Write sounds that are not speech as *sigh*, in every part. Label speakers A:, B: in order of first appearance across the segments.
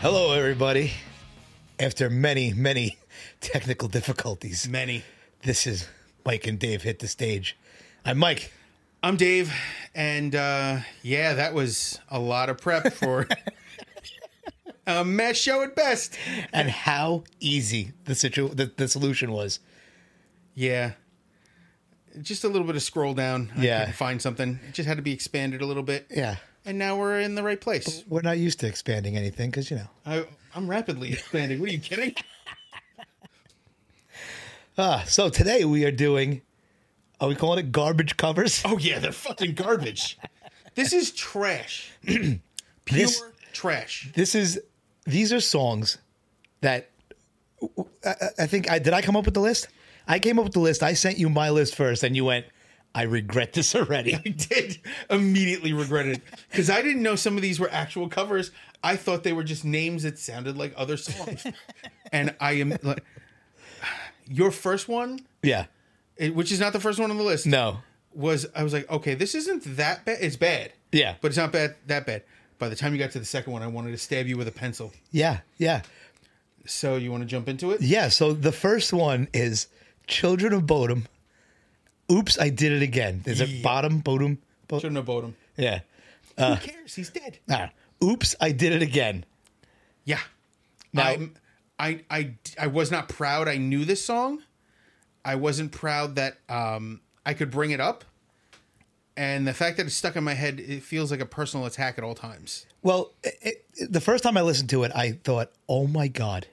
A: Hello, everybody. After many, many *laughs* technical difficulties,
B: Many.
A: this is Mike and Dave hit the stage. I'm Mike.
B: I'm Dave, and uh, yeah, that was a lot of prep *laughs* for a mess show at best.
A: And how easy the, situ- the, the solution was.
B: Yeah. Just a little bit of scroll down. I
A: Yeah.
B: couldn't find something. It just had to be expanded a little bit.
A: Yeah.
B: And now we're in the right place.
A: We're not used to expanding anything because, you know.
B: I, I'm rapidly expanding. What are you kidding?
A: Ah, so today we are doing, are we calling it garbage *laughs* covers?
B: Oh, yeah, they're fucking garbage. this is trash. *clears throat* Pure
A: This-
B: trash.
A: This is, these are songs that I, I- I think, I did I come up with the list? I came up with the list. I sent you my list first and you went, I regret this *laughs* already.
B: I *laughs* did immediately regret it because I didn't know some of these were actual covers. I thought they were just names that sounded like other songs.
A: *laughs*
B: and I am like, your first one,
A: yeah.
B: eh, which is not the first one on the list,
A: No.
B: was I was like, okay, this isn't that bad. It's bad,
A: Yeah.
B: but it's not bad that bad. By the time you got to the second one, I wanted to stab you with a pencil.
A: Yeah, yeah,
B: So you want to jump into it?
A: yeah. So the first one is Children of Bodom. Oops, I did it again. Is it
B: Yeah.
A: bottom Bodom? Bo-
B: Shouldn't have bought him.
A: yeah. Uh.
B: Who cares? He's dead.
A: Ah, Oops, I did it again.
B: Yeah.
A: Now-
B: I'm, I I I was not proud. I knew this song. I wasn't proud that um, I could bring it up, and the fact that it's stuck in my head, it feels like a personal attack at all times.
A: Well, it, it, the first time I listened to it, I thought, "Oh my god,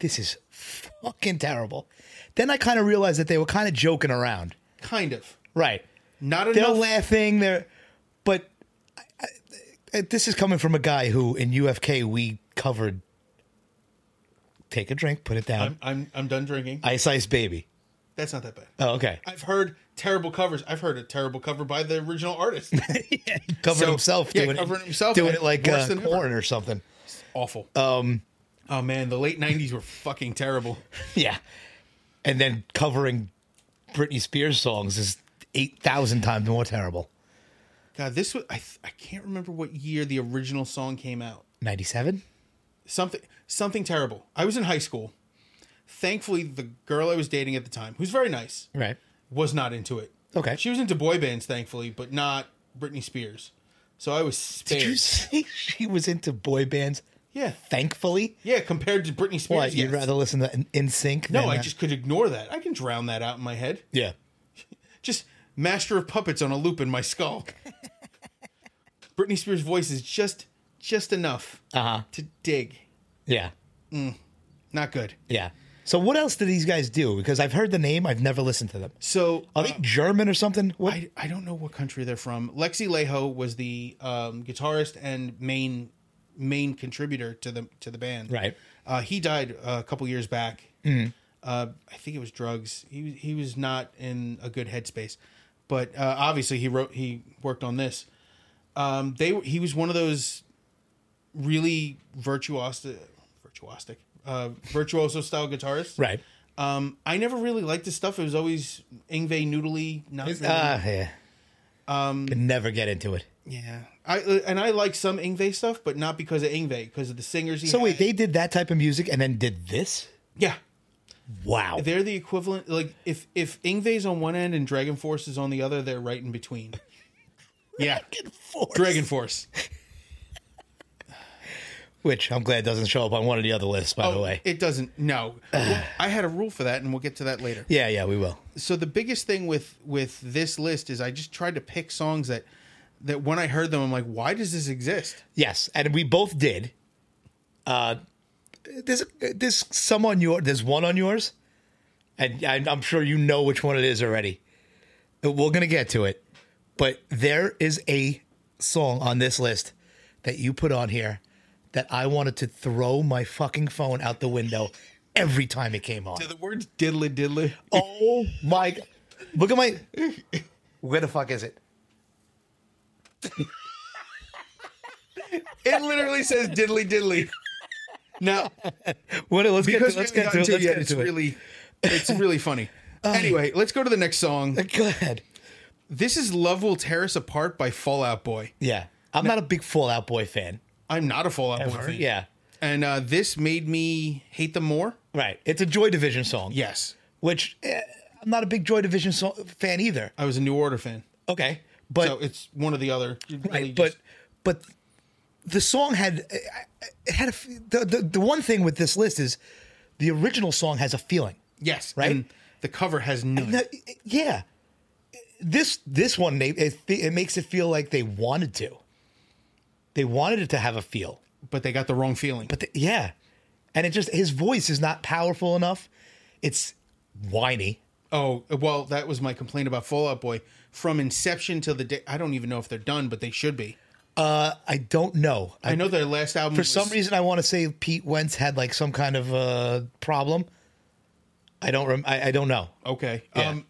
A: this is fucking terrible." Then I kind of realized that they were kind of joking around,
B: Kind of.
A: right?
B: Not
A: They're
B: enough.
A: laughing. They're, but I, I, this is coming from a guy who, in UFK, we covered. Take a drink, put it down.
B: I'm, I'm I'm done drinking.
A: Ice Ice Baby.
B: That's not that bad.
A: Oh, okay.
B: I've heard terrible covers. I've heard a terrible cover by the original artist.
A: Covered
B: So-
A: himself
B: yeah,
A: doing
B: covering
A: it,
B: himself
A: doing
B: and
A: it like
B: worse
A: uh,
B: than ever.
A: corn or something.
B: *laughs* Awful. Um. Oh man, the late '90s were fucking terrible.
A: Yeah, and then covering Britney Spears songs is eight thousand times more terrible.
B: God, this was I, th- I can't remember what year the original song came out.
A: Ninety-seven.
B: Something something terrible. I was in high school. Thankfully, the girl I was dating at the time, who's very nice,
A: Right.
B: was not into it.
A: Okay.
B: She was into boy bands, thankfully, but not Britney Spears. So I was spared.
A: Did you say she was into boy bands?
B: Yeah.
A: Thankfully,
B: Yeah, compared to Britney Spears.
A: what you'd
B: yes.
A: rather listen to In Sync? uh,
B: No, I just could ignore that. I can drown that out in my head.
A: yeah.
B: Just master of puppets on a loop in
A: *laughs*
B: my skull. Britney Spears' voice is just just enough
A: Uh-huh.
B: to dig.
A: Yeah.
B: Not good.
A: Yeah. So what else do these guys do? Because I've heard the name, I've never listened to them.
B: So
A: Are they German or something? What?
B: Uh, I, I don't know what country they're from. Lexi Leho was the um, guitarist and main main contributor to the to the band.
A: Right. Mm-hmm.
B: Uh, he died a couple years back. Uh, I think it was drugs. He was- he was not in a good headspace, but uh, obviously he wrote he worked on this. Um, they were- he was one of those really virtuosic virtuosic uh, virtuoso style guitarists.
A: right.
B: Um, I never really liked his stuff. It was always Ingve noodly. Not really.
A: Ah, yeah. Um, Could never get into it.
B: Yeah, I uh, and I like some Ingve stuff, but not because of Ingve, because of the singers. He
A: So wait,
B: had.
A: they did that type of music and then did this?
B: yeah,
A: Wow.
B: they're the equivalent. Like if if Ingve's on one end and Dragon Force is on the other, they're right
A: *laughs*
B: in between. yeah, Dragon Force.
A: Which I'm glad doesn't show up on one of the other lists, by the way.
B: Oh, It doesn't.
A: *sighs*
B: No, Well, I had a rule for that, and we'll get to that later.
A: yeah, yeah, we will.
B: so the biggest thing with with this list is I just tried to pick songs that that when I heard them, I'm like, why does this exist?
A: Yes, and we both did. Uh, there's there's some on your there's one on yours, and I- I'm sure you know which one it is already. We're gonna get to it, but there is a song on this list that you put on here that I wanted to throw my fucking phone out the window every time it came on.
B: The words diddly diddly.
A: Oh
B: *laughs*
A: my! g- Look at my. Where the fuck is it?
B: It literally says diddly diddly. Now,
A: What? Let's get
B: because
A: to, let's
B: we
A: get
B: haven't
A: to it. Let's
B: gotten to it
A: get
B: yet, it's
A: to it. Oh.
B: really, it's
A: *sighs*
B: really funny. anyway, let's go to the next song.
A: Go ahead.
B: This is "Love Will Tear Us Apart" by Fallout Boy.
A: Yeah, I'm not a big Fallout Boy fan.
B: I'm not a Fallout Boy fan.
A: Yeah,
B: and uh, this made me hate them more.
A: Right. It's a Joy Division song.
B: Yes,
A: Which eh, I'm not a big Joy Division song, fan either.
B: I was a New Order fan,
A: Okay. But
B: so it's one or the other. You
A: right,
B: really
A: but
B: just-
A: but the song had eh, it had a, f- the, the the one thing with this list is the original song has a feeling.
B: yes,
A: right?
B: And the cover has none.
A: No, yeah, this this one they it, fe- it makes it feel like they wanted to. They wanted it to have a feel,
B: but they got the wrong feeling.
A: but the, yeah, and it just his voice is not powerful enough. It's whiny.
B: oh well, that was my complaint about Fallout Boy from inception till the day. I don't even know if they're done, but they should be.
A: I don't know. I,
B: I know their last album
A: for some reason, I want to say Pete Wentz had like some kind of uh, problem. I don't. Rem- I, I don't know.
B: Okay.
A: Yeah.
B: Um,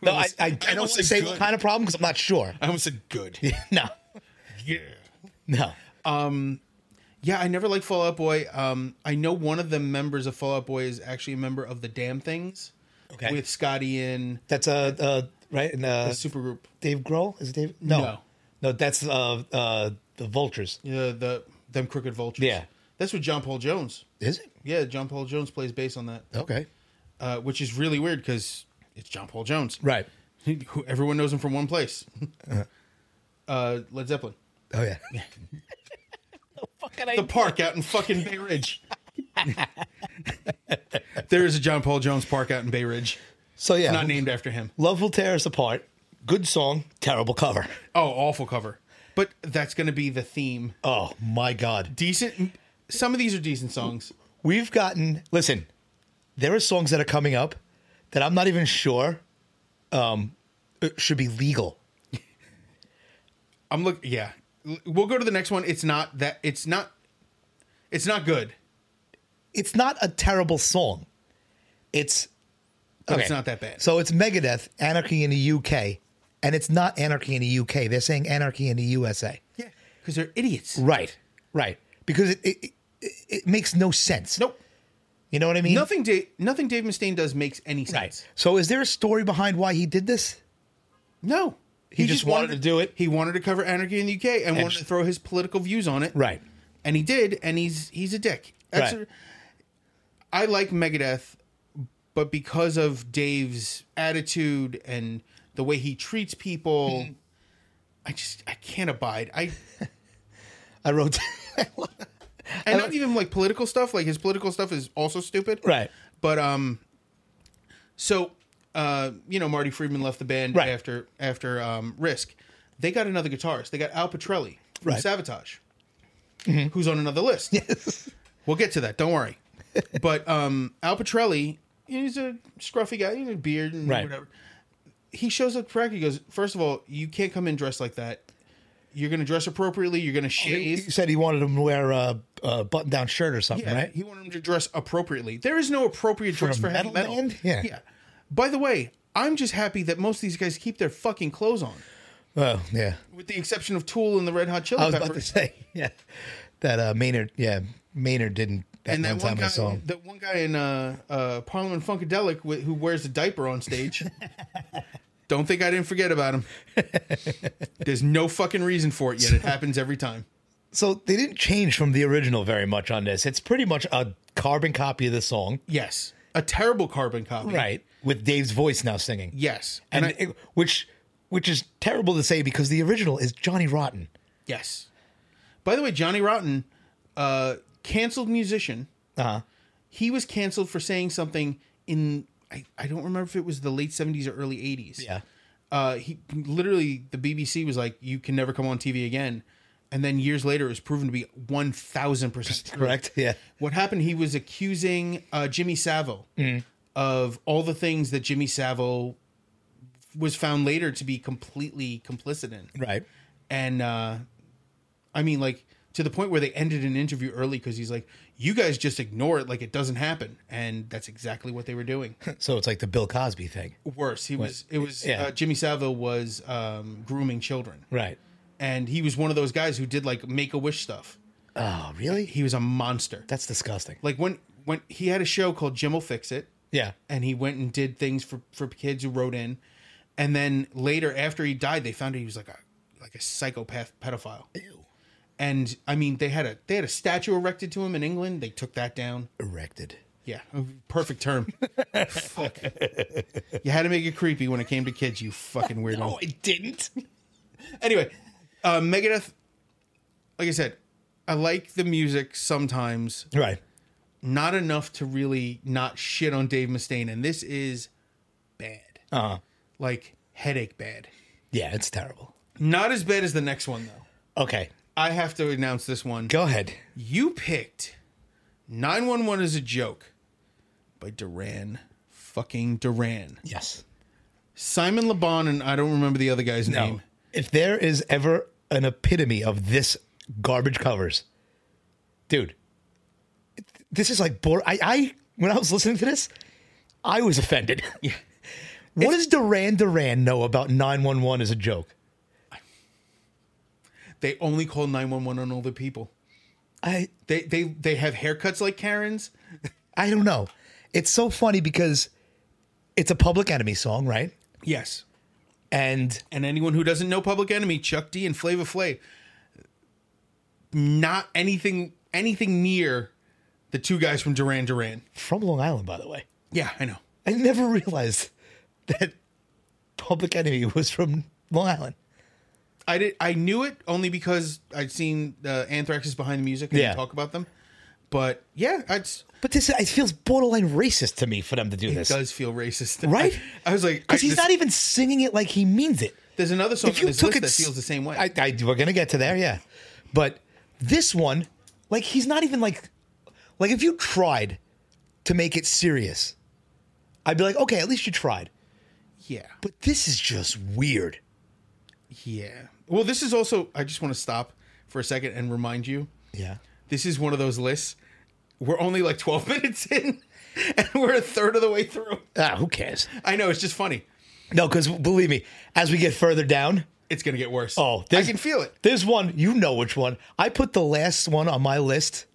A: No, I, I, I don't want
B: almost
A: to
B: said
A: say
B: good.
A: what kind of problem because I'm not sure. *laughs*
B: I almost said good.
A: No,
B: yeah.
A: no.
B: Yeah, I never liked Fallout Boy. Um, I know one of the members of Fallout Boy is actually a member of the Damn Things.
A: Okay.
B: With Scotty and
A: That's uh, uh right and uh,
B: Supergroup.
A: Dave Grohl is it Dave? No, no,
B: No.
A: that's uh, uh, the Vultures.
B: Yeah, uh, the them crooked vultures.
A: Yeah.
B: That's with John Paul Jones.
A: Is it
B: Yeah, John Paul Jones plays bass on that,
A: okay?
B: uh, which is really weird because it's John Paul Jones.
A: Right. Uh-huh.
B: Who- Everyone knows him from one place. *laughs* Uh, Led Zeppelin.
A: Oh yeah. *laughs* The fuck can I-
B: The park out in fucking
A: *laughs*
B: Bay Ridge. there is a John Paul Jones park out in Bay Ridge,
A: so yeah,
B: not named after him.
A: Love will tear us apart. Good song, terrible
B: *laughs*
A: cover.
B: Oh, awful cover. But that's going to be the theme.
A: Oh my god,
B: Decent. Some of these are decent songs.
A: we've gotten. Listen, there are songs that are coming up that I'm not even sure um, should be legal.
B: I'm look. Yeah, L- we'll go to the next one. It's not that. It's not. It's not good.
A: it's not a terrible song. It's
B: But it's not that bad.
A: So it's Megadeth, Anarchy in the UK, and it's not Anarchy in the UK. They're saying Anarchy in the USA.
B: Yeah, because they're idiots.
A: Right. Right. Because it it, it, it makes no sense.
B: Nope.
A: You know what I mean?
B: Nothing. Da- nothing Dave Mustaine does makes any sense.
A: Right. So is there a story behind why he did this?
B: No.
A: He just wanted to do it.
B: He wanted to cover anarchy in the UK and, wanted
A: just-
B: to throw his political views on it.
A: Right.
B: And he did, and he's he's a dick. That's
A: Right.
B: a- I like Megadeth, but because of Dave's attitude and the way he treats people,
A: Mm-hmm.
B: I just I can't abide.
A: *laughs*
B: I
A: I wrote *laughs*
B: and not even like political stuff. Like his political stuff is also stupid.
A: Right.
B: But um, so uh, you know, Marty Friedman left the band
A: Right.
B: after after um, Risk. They got another guitarist. They got Al Petrelli from
A: Right. Mm-hmm.
B: Sabotage, who's on another list. We'll get to that.
A: *laughs*
B: Don't worry. but um, Al Petrelli, he's a scruffy guy. He's a beard and
A: Right.
B: whatever. He shows up to practice. He goes, first of all, you can't come in dressed like that. You're going to dress appropriately. You're going to
A: Oh, You
B: shave.
A: said he wanted him to wear a, a button-down shirt or something,
B: Yeah,
A: right?
B: He wanted him to dress appropriately. There is no appropriate dress
A: a
B: for heavy
A: metal
B: metal.
A: band? Yeah.
B: By the way, I'm just happy that most of these guys keep their fucking clothes on,
A: oh, yeah.
B: with the exception of Tool and the Red Hot Chili
A: I was
B: Peppers.
A: about to say, yeah, that uh, Maynard, yeah, Maynard didn't that
B: and that
A: one
B: one
A: time
B: guy,
A: I saw him.
B: that one guy in uh, uh, Parliament Funkadelic wi- who wears a diaper on
A: *laughs*
B: stage. Don't think I didn't forget about him. There's no fucking reason for it yet. It happens every time.
A: So they didn't change from the original very much on this. It's pretty much a carbon copy of the song,
B: Yes, a terrible carbon copy.
A: right? With Dave's voice now singing,
B: Yes,
A: and it- which which is terrible to say because the original is Johnny Rotten.
B: Yes. By the way, Johnny Rotten, uh, canceled musician.
A: Uh-huh.
B: He was canceled for saying something in I, I don't remember if it was the late seventies or early eighties.
A: Yeah.
B: Uh, he literally the BBC was like, "You can never come on TV again," and then years later, it was proven to be one thousand
A: *laughs*
B: percent
A: Correct. Yeah.
B: What happened? He was accusing uh, Jimmy Savile
A: Mm.
B: of all the things that Jimmy Savile was found later to be completely complicit in
A: Right.
B: and uh i mean like to the point where they ended an interview early because he's like you guys just ignore it like it doesn't happen and that's exactly what they were doing
A: So it's like the Bill Cosby thing.
B: worse he was it was
A: Yeah.
B: uh, jimmy savile was um grooming children
A: Right.
B: and he was one of those guys who did like make-a-wish stuff
A: Oh, really?
B: he was a monster
A: That's disgusting.
B: like when when he had a show called jim will fix it
A: Yeah.
B: and he went and did things for for kids who wrote in and then later after he died they found out he was like a like a psychopath pedophile And I mean, they had a they had a statue erected to him in England. They took that down.
A: Erected.
B: Yeah,
A: *laughs*
B: perfect term. Fuck. You had to make it creepy when it came to kids. You fucking weirdo.
A: No, Oh, it didn't. *laughs*
B: Anyway, uh, Megadeth. Like I said, I like the music sometimes,
A: Right.
B: not enough to really not shit on Dave Mustaine, and this is bad.
A: Uh-huh.
B: Like headache bad.
A: Yeah, it's terrible.
B: Not as bad as the next one though.
A: Okay,
B: I have to announce this one.
A: go ahead.
B: You picked 911 as a joke by Duran fucking Duran.
A: Yes.
B: Simon LeBon and I don't remember the other guy's
A: No.
B: name.
A: If there is ever an epitome of this garbage covers, dude, this is like bore. I, I when I was listening to this, I was offended. *laughs* Yeah. What does Duran Duran know about 911 as a joke?
B: They only call 911 on older people.
A: I
B: They they they have haircuts like Karen's.
A: I don't know. It's so funny because it's a Public Enemy song, right?
B: Yes.
A: And
B: And anyone who doesn't know Public Enemy, Chuck D and Flava Flav, not anything anything near the two guys from Duran Duran.
A: from Long Island, by the way.
B: Yeah, I know.
A: I never realized that Public Enemy was from Long Island.
B: I did. I knew it only because I'd seen uh, Anthrax's behind the music and
A: Yeah.
B: talk about them. But yeah, it's,
A: But this it feels borderline racist to me for them to do
B: it
A: this
B: does feel racist,
A: Right?
B: *laughs* I, I was like,
A: because
B: I-
A: he's
B: this-
A: not even singing it like he means it.
B: There's another song
A: If
B: on
A: you
B: this
A: took
B: list
A: it,
B: that feels the same way.
A: I, I, we're gonna get to there, yeah. But this one, like he's not even like, like if you tried to make it serious, I'd be like, okay, at least you tried.
B: yeah,
A: But this is just weird.
B: yeah. Well, this is also. I just want to stop for a second and remind you.
A: Yeah.
B: This is one of those lists. We're only like 12 *laughs* minutes in, and we're a third of the way through.
A: Ah, who cares?
B: I know it's just funny.
A: No, because believe me, as we get further down,
B: It's gonna get worse.
A: Oh,
B: I
A: there's-
B: can feel it.
A: There's one, you know which one. I put the last one on my list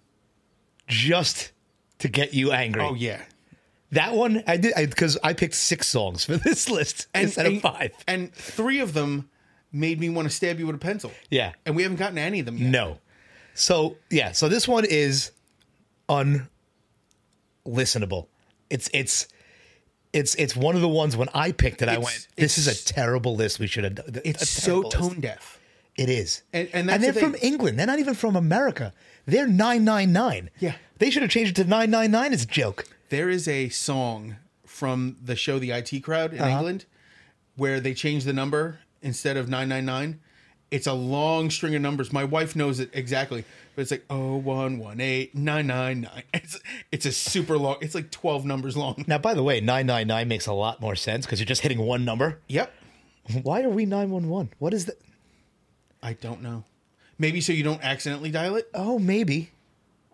A: just to get you angry.
B: Oh yeah.
A: That one I did because I, picked six songs for *laughs* this list instead of five.
B: And three of them made me want to stab you with a pencil.
A: Yeah.
B: And we haven't gotten to any of them yet.
A: No. So yeah, so this one is unlistenable. It's it's it's it's one of the ones when I picked it, I
B: It's-
A: went, "This is
B: it's-
A: a terrible list. We should have." done
B: It's so tone deaf.
A: It is,
B: And- and that's
A: they're
B: the
A: from
B: thing.
A: England. They're not even from America. They're nine nine nine.
B: Yeah.
A: they should have changed it to nine nine nine. It's a joke.
B: There is a song from the show The IT Crowd
A: Uh-huh.
B: in England where they change the number instead of 999. It's a long string of numbers. My wife knows it exactly, but it's like oh, 0118999. *laughs* It's, it's a super long, it's like 12 numbers long.
A: Now, by the way, nine nine nine makes a lot more sense because you're just hitting one number. *laughs*
B: Yep.
A: Why are we nine one one? What is that?
B: I don't know. Maybe so you don't accidentally dial it.
A: Oh, maybe.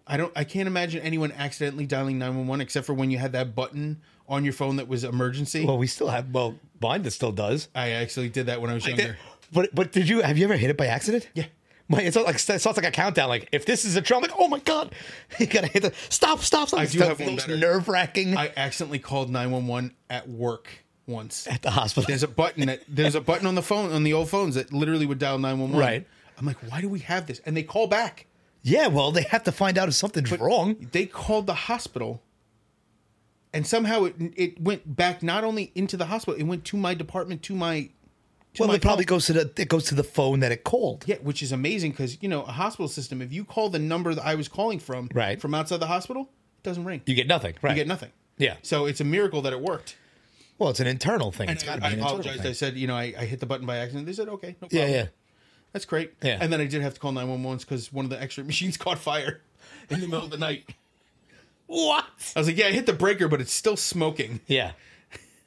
B: I don't. I can't imagine anyone accidentally dialing nine one one except for when you had that button on your phone that was emergency.
A: Well, we still have. Well, mine that still does.
B: I actually did that when I was younger.
A: But but did you have you ever hit it by accident?
B: Yeah.
A: My, it's not like it sounds like a countdown. Like if this is a drum, like oh my god, *laughs* you gotta hit the stop, stop, stop.
B: I do have one better.
A: nerve wracking
B: I accidentally called nine one one at work once.
A: at the hospital.
B: *laughs* There's a button that there's a button on the phone on the old phones that literally would dial nine one one.
A: Right.
B: I'm like, why do we have this? And they call back.
A: Yeah, well, they have to find out if something's wrong.
B: They called the hospital, and somehow it it went back not only into the hospital, it went to my department, to my to
A: Well,
B: my
A: it probably goes to the it goes to the phone that it called.
B: Yeah, which is amazing because you know a hospital system. If you call the number that I was calling from,
A: Right.
B: from outside the hospital, it doesn't ring. You
A: You get nothing, right?
B: get nothing.
A: Yeah.
B: So it's a miracle that it worked.
A: Well, it's an internal thing.
B: And
A: It's
B: I,
A: got to
B: I
A: be an internal
B: apologized. I
A: thing.
B: said, you know, I, I hit the button by accident. They said, okay, no problem.
A: Yeah, yeah.
B: That's great.
A: Yeah.
B: And then I did have to call 911 because one of the X-ray *laughs* machines caught fire in the middle of
A: *laughs*
B: the night.
A: What?
B: I was like, yeah, I hit the breaker, but it's still smoking. *laughs*
A: Yeah,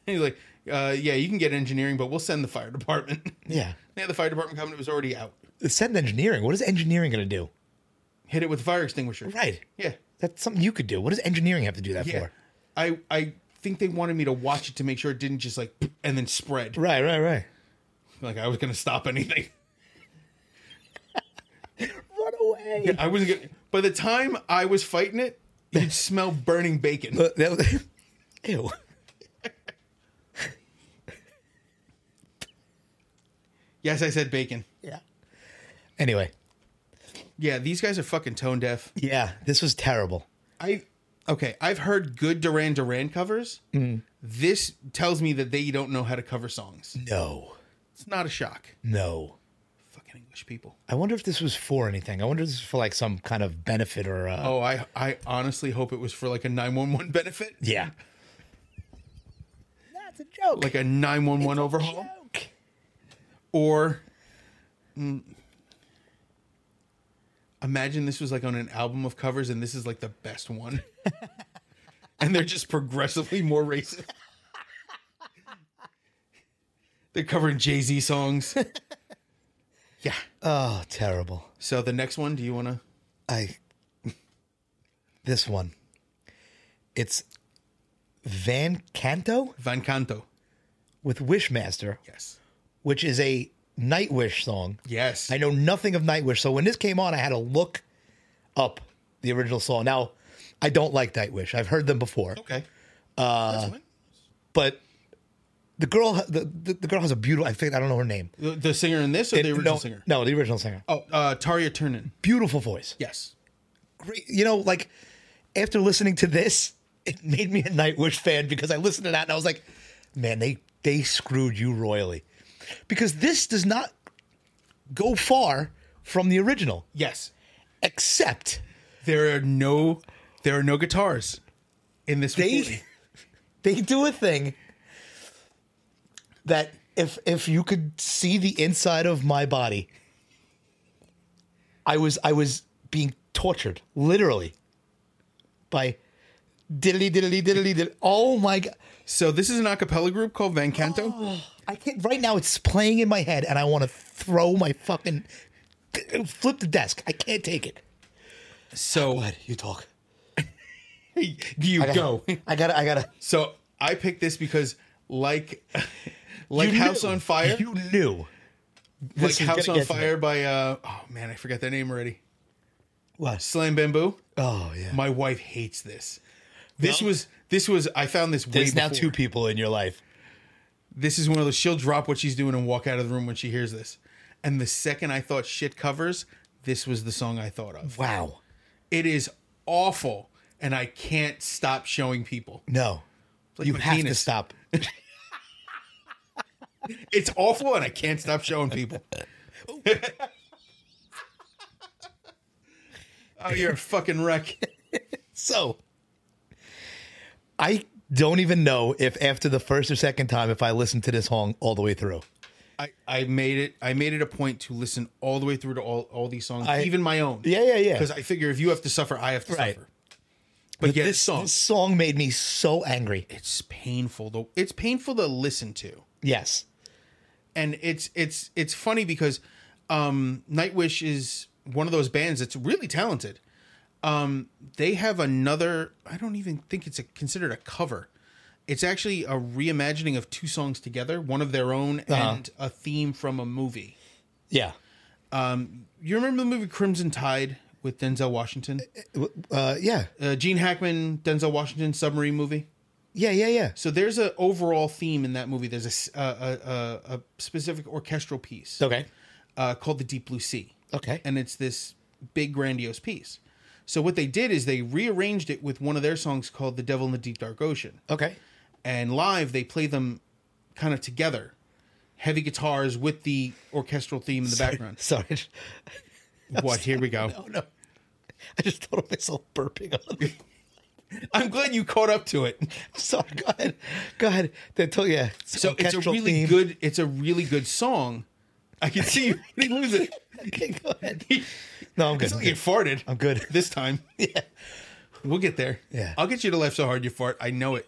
B: And he's like, uh, yeah, you can get engineering, but we'll send the fire *laughs* department.
A: yeah.
B: yeah, the fire department coming. It was already out.
A: Send engineering. What is engineering going to do?
B: Hit it with a fire extinguisher.
A: Right.
B: Yeah.
A: That's something you could do. What does engineering have to do that
B: Yeah.
A: for?
B: I I think they wanted me to watch it to make sure it didn't just like and then spread.
A: Right, right, right.
B: Like I was gonna stop anything. *laughs*
A: Run away.
B: I wasn't gonna by the time I was fighting it, you'd smell burning bacon.
A: Uh, that was, *laughs* ew.
B: Yes, I said bacon.
A: Yeah. Anyway,
B: Yeah, these guys are fucking tone deaf.
A: Yeah, this was terrible.
B: I okay, I've heard good Duran Duran covers. This tells me that they don't know how to cover songs.
A: No,
B: It's not a shock.
A: no.
B: Fucking English people.
A: I wonder if this was for anything. I wonder if this is for like some kind of benefit or. Uh,
B: Oh, I I honestly hope it was for like a 911 benefit,
A: Yeah. That's a joke.
B: like a 911 overhaul
A: joke.
B: or mm, Imagine this was like on an album of covers and this is like the best one. *laughs* and they're just progressively more racist. they're covering Jay-Z songs. yeah.
A: Oh, terrible.
B: So the next one, do you want to
A: I *laughs* this one. It's Van Canto
B: Van Canto?
A: with Wishmaster,
B: Yes.
A: which is a Nightwish song.
B: Yes.
A: I know nothing of Nightwish, so when this came on, I had to look up the original song. Now, I don't like Nightwish. I've heard them before,
B: Okay. Uh,
A: but the girl, the, the, the girl has a beautiful. I think I don't know her name.
B: the, the singer in this or the original
A: no,
B: singer?
A: no, the original singer.
B: Oh, uh, Tarja Turner.
A: Beautiful voice.
B: Yes.
A: great. You know, like after listening to this, it made me a Nightwish fan because I listened to that and I was like, man, they they screwed you royally, because this does not go far from the original,
B: Yes.
A: except
B: There are no, there are no guitars in this. recording.
A: they *laughs* they do a thing that if if you could see the inside of my body, I was I was being tortured literally by diddly diddly diddly diddly. Oh my god! *sighs*
B: So this is an a cappella group called Van Canto.
A: I can't right now. It's playing in my head, and I want to throw my fucking flip the desk. I can't take it.
B: so
A: But you talk.
B: you go.
A: *laughs* I gotta. I gotta.
B: So I picked this because, like, *laughs* like
A: You
B: House
A: knew.
B: on Fire,
A: You knew.
B: like
A: This is
B: House
A: gonna
B: on
A: get to me.
B: Fire by uh oh man, I forgot that name already.
A: What?
B: Slam Bamboo.
A: Oh yeah.
B: My wife hates this. This
A: Well-
B: was this was I found this way
A: There's now
B: before.
A: two people in your life.
B: this is one of those she'll drop what she's doing and walk out of the room when she hears this. And the second I thought shit covers, this was the song I thought of.
A: Wow.
B: It is awful, and I can't stop showing people.
A: No.
B: like
A: you
B: my
A: have to
B: penis. *laughs*
A: stop.
B: It's awful, and I can't stop
A: *laughs*
B: showing people. oh, you're a fucking wreck.
A: So I don't even know if after the first or second time if I listened to this song all the way through.
B: I, I made it. I made it a point to listen all the way through to all, all these songs,
A: I-
B: even my own.
A: Yeah, yeah, yeah.
B: Because I figure if you have to suffer, I have to
A: Right.
B: suffer. But yeah,
A: this
B: this song,
A: this song made me so angry.
B: it's painful though it's painful to listen to
A: Yes.
B: and it's it's it's funny because um nightwish is one of those bands that's really talented um they have another i don't even think it's a, considered a cover it's actually a reimagining of two songs together one of their own and a theme from a movie
A: Yeah.
B: you remember the movie crimson tide with denzel washington
A: Uh, yeah.
B: uh, gene hackman denzel washington submarine movie
A: Yeah, yeah, yeah.
B: So there's an overall theme in that movie. There's a s- a, a, a, a specific orchestral piece
A: Okay.
B: uh, called the Deep Blue Sea,
A: Okay.
B: and it's this big grandiose piece. So what they did is they rearranged it with one of their songs called "The Devil in the Deep Dark Ocean,"
A: okay. *laughs*
B: and live they play them kind of together, heavy guitars with the orchestral theme in the
A: *laughs*
B: background.
A: Sorry.
B: What? Here we go.
A: Oh no. I just thought of myself burping on.
B: I'm glad you caught up to it.
A: *laughs* Sorry, go ahead. Go ahead. They told yeah.
B: So it's a
A: orchestral
B: really
A: theme.
B: good. It's a really good song. I can see you already lose it.
A: *laughs* Okay, go ahead. *laughs* No, I'm good.
B: It's
A: I'm
B: like you
A: good.
B: farted.
A: I'm good.
B: *laughs* this time.
A: *laughs* Yeah.
B: We'll get there.
A: Yeah.
B: I'll get you to laugh so hard you fart. I know it.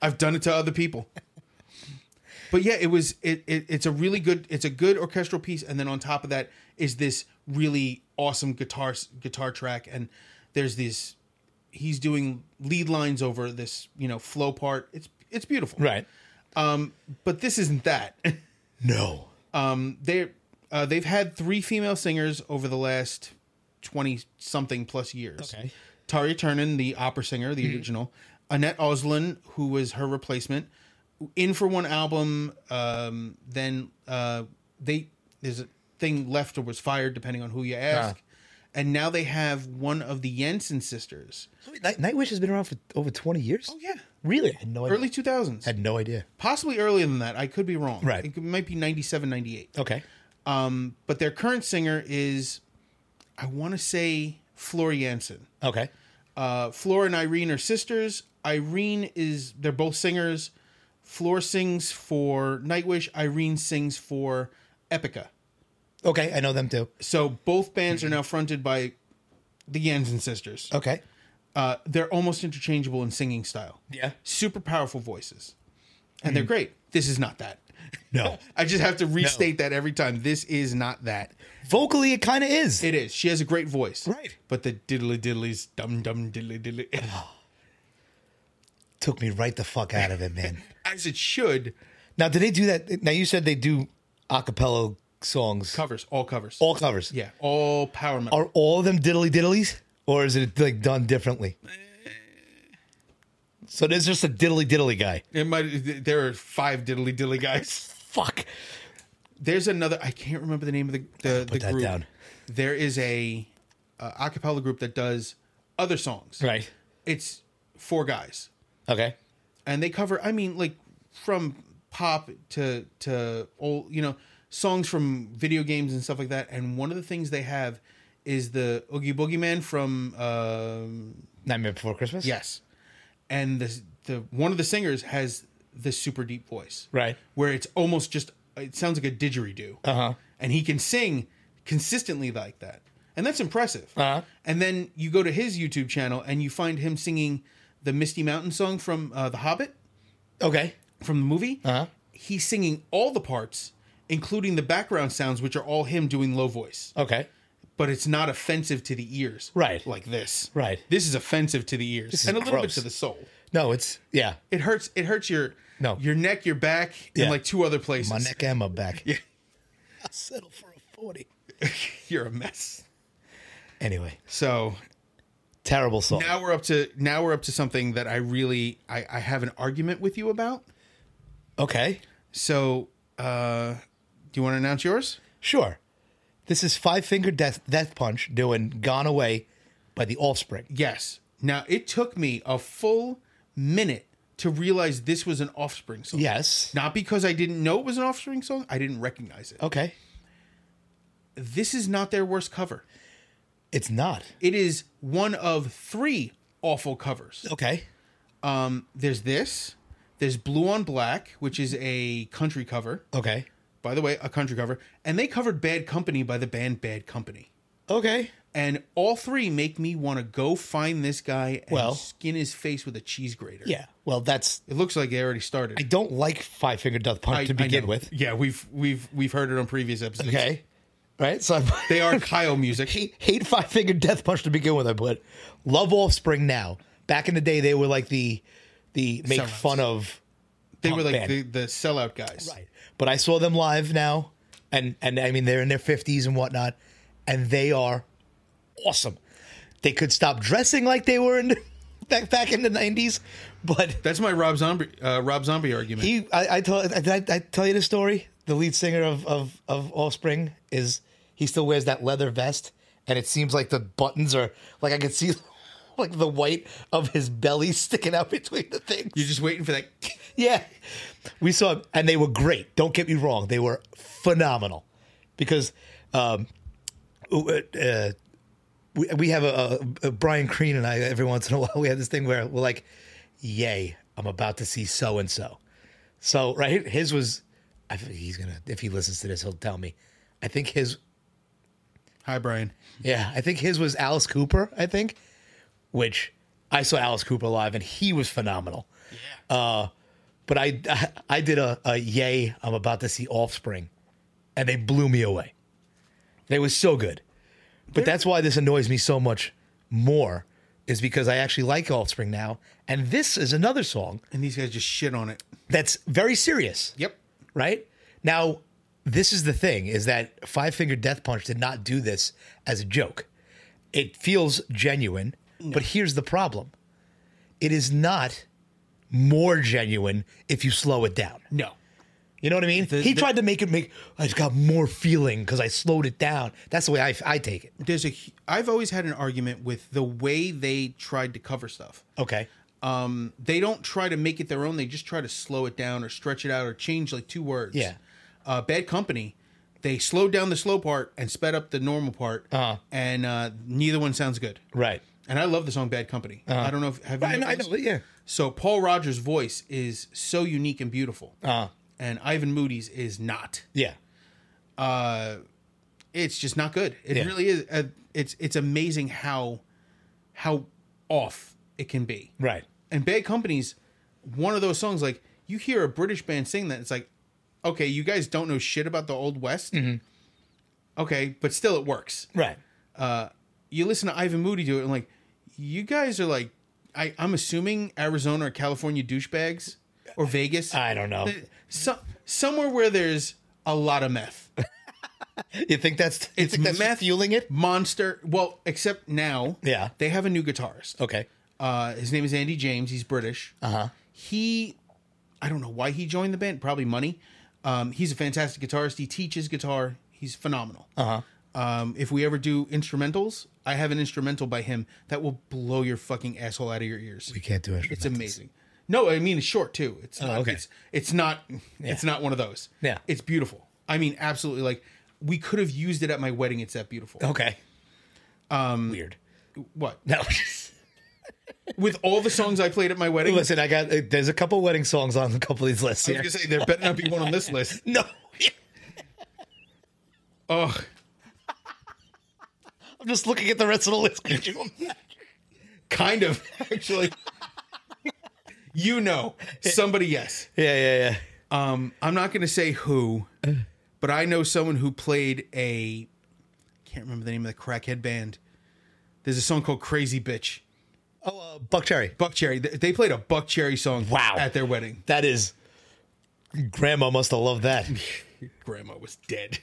B: I've done it to other people. But yeah, it was it, it it's a really good it's a good orchestral piece and then on top of that is this really awesome guitar s- guitar track and there's these he's doing lead lines over this, you know, flow part. It's it's beautiful.
A: Right.
B: But this isn't that. *laughs*
A: No.
B: Um they uh, they've had three female singers over the last 20 something plus years.
A: Okay. Mm-hmm.
B: Tari Turner, the opera singer, the original. Annette Oslin, who was her replacement, in for one album. Um,
A: Ah.
B: then uh, they there's a thing left or was fired depending on who you ask. and now they have one of the Jensen sisters.
A: Night- Nightwish has been around for over 20 years.
B: Yeah,
A: Really? Oh, I had no idea.
B: early two thousands,
A: had no idea.
B: possibly earlier than that. I could be wrong.
A: Right.
B: it could- might be 97, 98.
A: Okay.
B: Um, but their current singer is, I want to say Flor Jansen.
A: Okay.
B: Uh, Flor and Irene are sisters. Irene is they're both singers. Flor sings for Nightwish. Irene sings for Epica.
A: Okay. I know them too.
B: So both bands are now fronted by the Jansen sisters.
A: Okay.
B: Uh, they're almost interchangeable in singing style.
A: Yeah.
B: Super powerful voices, and they're great. This is not that. *laughs*
A: *laughs* No.
B: I just have to restate that every time. This is not that.
A: Vocally, it kind of is.
B: It is. She has a great voice.
A: Right. Oh.
B: But the diddly diddly's dum dum diddly diddly.
A: Took me right the fuck out of it, man.
B: As it should.
A: *laughs* now, do they do that? Now, you said they do a cappella songs,
B: Covers. All covers.
A: all covers.
B: yeah. All power metal.
A: Are all of them diddly diddlies? Or is it like done differently? So there's just a diddly diddly guy.
B: It might, there are five diddly diddly guys.
A: Fuck.
B: There's another. I can't remember the name of the the, the
A: that
B: group.
A: down.
B: There is a uh, acapella group that does other songs.
A: Right.
B: It's four guys,
A: Okay.
B: and they cover. I mean, like from pop to to old, you know, songs from video games and stuff like that. And one of the things they have is the Oogie Boogie Man from um,
A: Nightmare Before Christmas?
B: Yes, and the the one of the singers has this super deep voice,
A: Right.
B: Where it's almost just it sounds like a didgeridoo,
A: Uh-huh.
B: and he can sing consistently like that, and that's impressive.
A: Uh-huh.
B: And then you go to his YouTube channel and you find him singing the Misty Mountain song from uh, The Hobbit
A: Okay.
B: from the movie.
A: Uh-huh.
B: He's singing all the parts, including the background sounds, which are all him doing low voice
A: Okay.
B: but it's not offensive to the ears.
A: Right.
B: Like this.
A: Right.
B: This is offensive to the ears
A: is
B: and a little bit
A: gross.
B: to the soul.
A: No, it's yeah.
B: It hurts it hurts your
A: No.
B: your neck, your back,
A: Yeah.
B: and like two other places.
A: My neck and my back. Yeah. *laughs* I'll settle for a 40.
B: *laughs* You're a mess.
A: Anyway.
B: So
A: Terrible song.
B: now we're up to now we're up to something that I really I, I have an argument with you about.
A: okay.
B: So uh do you want to announce yours?
A: Sure. This is Five Finger Death Death Punch doing Gone Away by the Offspring.
B: Yes. Now it took me a full minute to realize this was an offspring song.
A: Yes.
B: Not because I didn't know it was an offspring song, I didn't recognize it.
A: Okay.
B: this is not their worst cover.
A: It's not.
B: It is one of three awful covers.
A: Okay.
B: Um, there's this, there's Blue on Black, which is a country cover.
A: Okay.
B: By the way, a country cover. And they covered Bad Company by the band Bad Company.
A: Okay.
B: And all three make me want to go find this guy and
A: Well-
B: skin his face with a cheese grater.
A: Yeah. Well, that's
B: It looks like they already started.
A: I don't like Five Finger Death Punch to begin
B: know.
A: with.
B: Yeah, we've we've we've heard it on previous episodes.
A: Okay. Right? So I
B: They are Kyle
A: *laughs*
B: music.
A: hate, hate Five Finger Death Punch to begin with. I put love Offspring now. Back in the day, they were like the the make
B: Sellouts.
A: fun of,
B: They were
A: punk
B: like
A: band.
B: the, the sellout guys.
A: right? But I saw them live now, and and I mean they're in their fifties and whatnot, and they are awesome. They could stop dressing like they were in *laughs* back back in the nineties, but
B: That's my Rob Zombie uh, Rob Zombie argument.
A: He, I, I told, did I, I tell you the story. The lead singer of, of of Offspring is he still wears that leather vest, and it seems like the buttons are like I can see *laughs* like the white of his belly sticking out *laughs* between the things.
B: You're just waiting for that. *laughs*
A: *laughs* Yeah, we saw him, and they were great. Don't get me wrong; they were phenomenal because um, uh, we, we have a, a, a Brian Crean and I every once in a *laughs* while we have this thing where we're like, "Yay, I'm about to see so and so." So right, his was. I think he's gonna if he listens to this, he'll tell me. I think his
B: Hi, Brian.
A: yeah, I think his was Alice Cooper, I think, which I saw Alice Cooper live and he was phenomenal. Yeah. Uh, but I, I did a, a yay, I'm about to see Offspring, and they blew me away. They was so good. But that's why this annoys me so much more is because I actually like Offspring now. And this is another song
B: And these guys just shit on it.
A: that's very serious
B: Yep.
A: right? Now, this is the thing is that Five Finger Death Punch did not do this as a joke. It feels genuine, but here's the problem. It is not more genuine if you slow it down.
B: No.
A: You know what I mean?
B: The-
A: he
B: the-
A: tried to make it make. It's got more feeling because I slowed it down. That's the way I, I take it.
B: There's a. hu- I've always had an argument with the way they tried to cover stuff.
A: Okay.
B: um, they don't try to make it their own. They just try to slow it down or stretch it out or change like two words.
A: Yeah.
B: Uh, Bad Company, they slowed down the slow part and sped up the normal part,
A: Uh-huh.
B: and uh, neither one sounds good.
A: Right.
B: And I love the song Bad Company. I don't know if have you.
A: Uh-huh. I know. I
B: noticed?
A: know yeah.
B: So Paul Rogers' voice is so unique and beautiful,
A: Uh,
B: and Ivan Moody's is not.
A: yeah.
B: It's just not good. It
A: Yeah.
B: really is. Uh, it's it's amazing how how off it can be.
A: Right.
B: and Bad Company's one of those songs like you hear a British band sing that it's like, okay, you guys don't know shit about the old west.
A: Mm-hmm.
B: Okay, but still it works.
A: Right.
B: You listen to Ivan Moody do it and like, you guys are like, I, I'm assuming Arizona or California douchebags or Vegas.
A: I don't know.
B: So, somewhere where there's a lot of meth.
A: You think that's you
B: It's
A: think that's
B: meth-
A: fueling it?
B: Monster. Well, except now.
A: Yeah.
B: They have a new guitarist.
A: Okay.
B: Uh, his name is Andy James. He's British. Uh
A: Uh-huh.
B: huh. He, I don't know why he joined the band. Probably money. Um, he's a fantastic guitarist. He teaches guitar. He's phenomenal.
A: Uh-huh.
B: Uh huh. Um, if we ever do instrumentals, I have an instrumental by him that will blow your fucking asshole out of your ears.
A: We can't do it.
B: It's amazing. No, I mean it's short too. It's not,
A: okay.
B: It's, it's not. It's not one of those.
A: Yeah.
B: It's beautiful. I mean, absolutely. Like we could have used it at my wedding. It's that beautiful.
A: Okay. Um. Weird.
B: What
A: No. *laughs*
B: with all the songs I played at my wedding?
A: Listen, I got. uh, There's a couple wedding songs on a couple of these lists.
B: I
A: Here.
B: was gonna say there better not be one on this list.
A: No.
B: *laughs* Oh,
A: *laughs* I'm just looking at the rest of the list. Could
B: *laughs*
A: you imagine?
B: kind of *laughs* actually. you know, somebody yes.
A: yeah. Yeah. Yeah.
B: Um, I'm not gonna say who, but I know someone who played a. Can't remember the name of the crackhead band. There's a song called Crazy Bitch.
A: Oh, uh, Buck Cherry.
B: Buck Cherry. They- They played a Buck Cherry song.
A: Wow.
B: At their wedding,
A: That is. Grandma must have loved
B: *laughs*
A: that.
B: grandma was dead.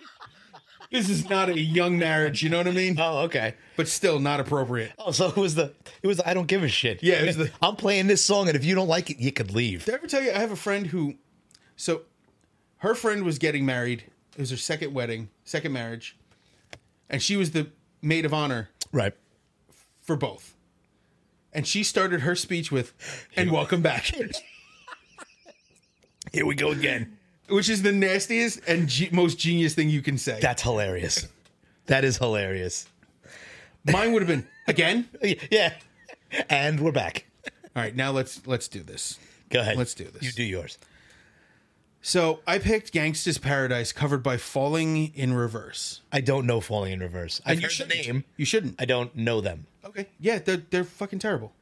B: *laughs* this is not a young marriage. You know what I mean?
A: oh, okay.
B: But still not appropriate.
A: Oh, so it was the it was the, I don't give a shit.
B: Yeah, it was the-
A: *laughs* I'm playing this song, and if you don't like it, you could leave.
B: Did I ever tell you I have a friend who, so, her friend was getting married. It was her second wedding, second marriage, and she was the maid of honor
A: Right.
B: for both. And she started her speech with, "And welcome
A: *laughs*
B: back,"
A: Here we go again.
B: which is the nastiest and ge- most genius thing you can say.
A: That's hilarious. That is hilarious.
B: Mine would have been again.
A: Yeah. *laughs* And we're back.
B: All right, now let's let's do this.
A: Go ahead.
B: Let's do this.
A: You do yours.
B: So I picked "Gangsta's Paradise" covered by Falling in Reverse.
A: I don't know Falling in Reverse. I
B: And
A: heard the name.
B: You shouldn't.
A: I don't know them.
B: okay. Yeah, they're they're fucking terrible.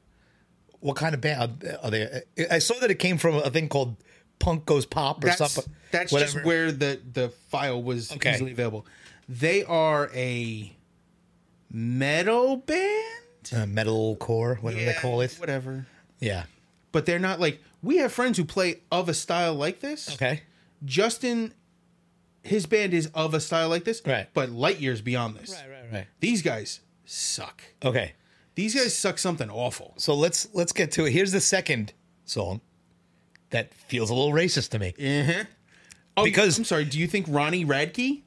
A: What kind of band are they? I saw that it came from a thing called Punk Goes Pop or
B: that's,
A: something.
B: That's just
A: whatever.
B: where the the file was
A: Okay.
B: easily available. They are a metal band.
A: uh, metal core, whatever they call it.
B: whatever.
A: Yeah.
B: But they're not like we have friends who play of a style like this.
A: Okay.
B: Justin, his band is of a style like this,
A: Right.
B: But light years beyond this.
A: right, right.
B: These guys suck.
A: Okay.
B: These guys suck something awful.
A: So let's let's get to it. Here's the second song that feels a little racist to me.
B: Oh,
A: Uh-huh. Because-
B: I'm sorry. Do you think Ronnie Radke,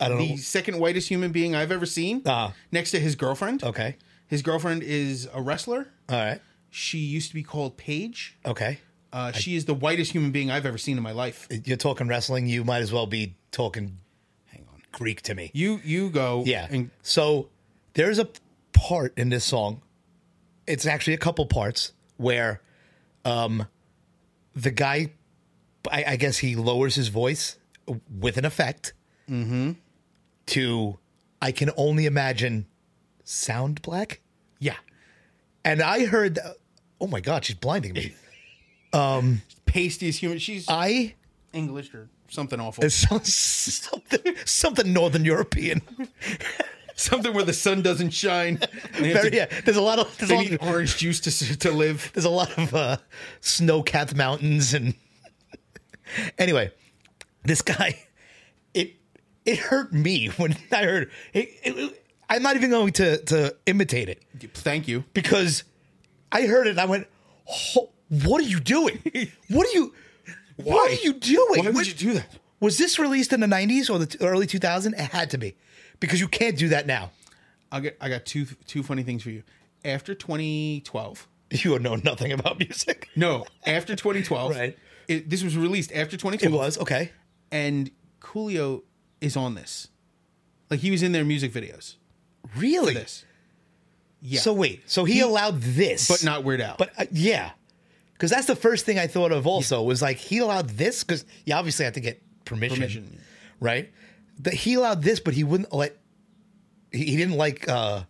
A: I don't
B: the second whitest human being I've ever seen,
A: Uh-huh.
B: next to his girlfriend?
A: know. Okay.
B: His girlfriend is a wrestler.
A: All right.
B: She used to be called Paige.
A: Okay.
B: Uh, she is the whitest human being I've ever seen in my life.
A: You're talking wrestling. You might as well be talking. Hang on. Greek to me.
B: You you go
A: Yeah.
B: and
A: so there's a part in this song. It's actually a couple parts where um, the guy, I, I guess he lowers his voice with an effect
B: Mm-hmm.
A: to, I can only imagine, sound black.
B: yeah,
A: And I heard, that, oh my God, she's blinding
B: *laughs*
A: me.
B: pastiest human. She's
A: I,
B: English or something awful.
A: so- *laughs* something, something Northern European.
B: something where the sun doesn't shine. *laughs* and they have
A: Very-
B: to-
A: yeah, there's a lot of, there's a
B: they
A: lot
B: need
A: of
B: orange juice to *laughs* s- to live.
A: there's a lot of uh, snow-capped mountains and *laughs* anyway this guy it it hurt me when i heard it, it- i'm not even going to to imitate it
B: Thank you.
A: because
B: *laughs*
A: i heard it and i went "Ho- what are you doing what are you what What are you doing?
B: Why
A: What-
B: would you do that?
A: Was this released in the 90s or the t- early 2000s? It had to be because you can't do that now.
B: I got I got two two funny things for you. After 2012,
A: You would know nothing about *laughs* music.
B: no, after 2012,
A: Right.
B: It, this was released after 2012.
A: It was okay.
B: and Coolio is on this. Like he was in their music videos.
A: Really?
B: This, yeah,
A: So wait. So he, allowed this,
B: but not Weird Al.
A: But uh, yeah, because that's the first thing I thought of. Also, was like he allowed this because you obviously have to get permission,
B: Permission.
A: right? That he allowed this, but he wouldn't let. He, he didn't like uh,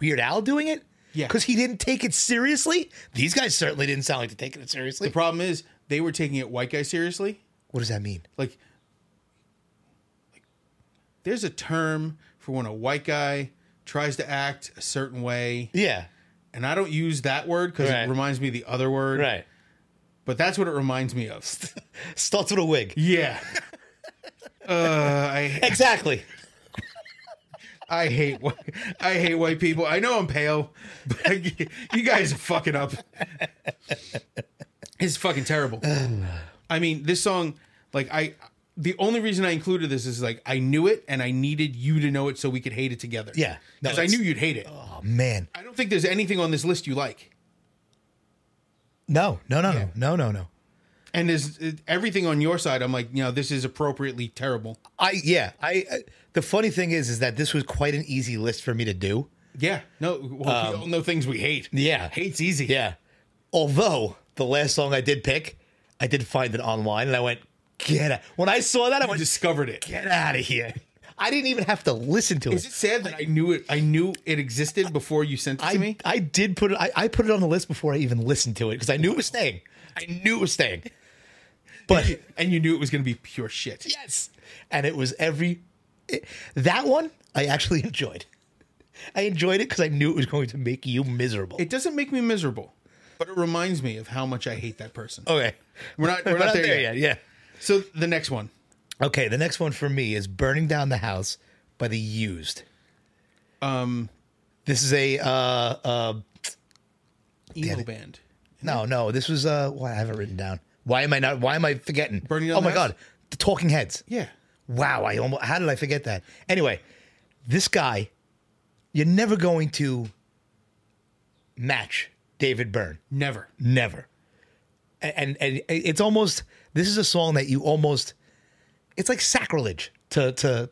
A: Weird Al doing it.
B: Yeah.
A: because he didn't take it seriously. These guys certainly didn't sound like they're taking it seriously.
B: the problem is they were taking it white guy seriously.
A: What does that mean?
B: Like, like there's a term for when a white guy tries to act a certain way,
A: Yeah,
B: and I don't use that word because
A: Right.
B: it reminds me of the other word.
A: right.
B: But that's what it reminds me of.
A: Starts with a wig.
B: *laughs* yeah. *laughs* Uh, I
A: Exactly.
B: I hate white, I hate white people. I know I'm pale, but *laughs* you guys are fucking up. It's fucking terrible. I mean, this song, like I, the only reason I included this is like I knew it and I needed you to know it so we could hate it together.
A: Yeah. No,
B: because I
A: it's-
B: knew you'd hate it.
A: Oh man.
B: I don't think there's anything on this list you like,
A: No, no, no, no, no, no, no.
B: and there's uh, everything on your side. I'm like, you know, this is appropriately terrible.
A: I yeah. I, I the funny thing is, is that this was quite an easy list for me to do.
B: Yeah, no, well, we
A: Um,
B: all know things we hate.
A: yeah.
B: hate's easy.
A: Yeah. Although the last song I did pick, I did find it online, and I went get out. When I saw that, I
B: I
A: went
B: discovered it.
A: get out of here. I didn't even have to listen to
B: Is
A: it.
B: it sad that I knew it? I knew it existed before you sent it to
A: I,
B: me.
A: I did put it. I, I put it on the list before I even listened to it because I knew it was staying. I knew it was staying. But
B: and you knew it was going to be pure
A: *laughs*
B: shit.
A: Yes. And it was every it- that one I actually *laughs* enjoyed. I enjoyed it because I knew it was going to make you miserable.
B: It doesn't make me miserable, but it reminds me of how much I hate that person.
A: okay.
B: We're not Oh, we're, not, there, yet.
A: Yeah.
B: So the next one.
A: Okay. The next one for me is Burning Down the House by the Used. Um,
B: Um,
A: this is a, uh,
B: Emo band.
A: no, no, this was, uh, why I have it written down. Why am I not, why am I forgetting?
B: Burning Down
A: oh
B: the
A: my
B: House?
A: God. The Talking Heads.
B: Yeah.
A: Wow, I almost how did I forget that? Anyway, this guy, you're never going to match David Byrne.
B: Never.
A: Never. A- And and it's almost this is a song that you almost it's like sacrilege to to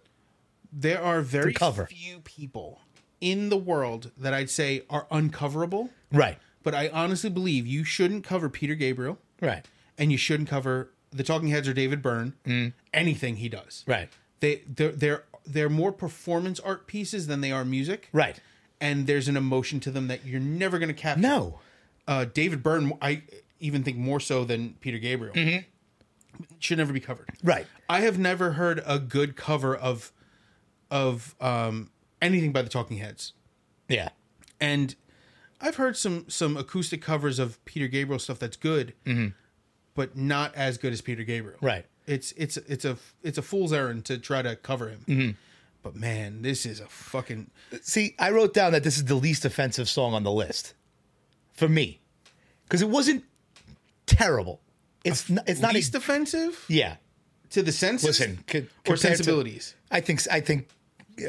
B: There are very
A: cover.
B: few people in the world that I'd say are uncoverable,
A: right.
B: but I honestly believe you shouldn't cover Peter Gabriel
A: Right.
B: and you shouldn't cover the Talking Heads or David Byrne, anything he does.
A: Right.
B: they they're they're they're more performance art pieces than they are music.
A: Right.
B: And there's an emotion to them that you're never going to capture.
A: No.
B: Uh, David Byrne, I even think more so than Peter Gabriel,
A: Mm-hmm.
B: should never be covered.
A: Right.
B: I have never heard a good cover of of um, anything by the Talking Heads,
A: Yeah.
B: and I've heard some some acoustic covers of Peter Gabriel stuff that's good, but not as good as Peter Gabriel
A: Mm-hmm. Right.
B: it's it's it's a it's a fool's errand to try to cover him.
A: Mm-hmm.
B: But man, this is a fucking
A: See, I wrote down that this is the least offensive song on the list for me. Cuz it wasn't terrible. It's not, it's not
B: least
A: a,
B: offensive
A: yeah.
B: to the senses.
A: Listen, co-
B: or
A: compared to-
B: sensibilities.
A: I think I think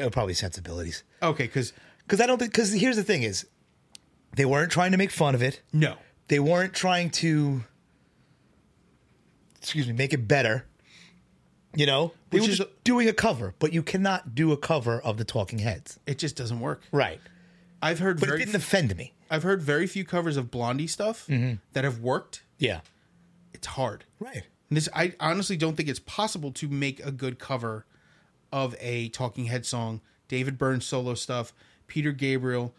A: uh, probably sensibilities
B: okay, because
A: because I don't think because here's the thing is they weren't trying to make fun of it.
B: no,
A: They weren't trying to excuse me make it better. You know, they
B: Which
A: were
B: is
A: just doing a cover, but you cannot do a cover of the Talking Heads,
B: it just doesn't work.
A: right?
B: I've heard
A: But it
B: very
A: didn't offend me.
B: I've heard very few covers of Blondie stuff
A: Mm-hmm.
B: that have worked.
A: Yeah,
B: It's hard.
A: right. *laughs*
B: And this I honestly don't think it's possible to make a good cover of a Talking Head song, David Byrne solo stuff, Peter Gabriel,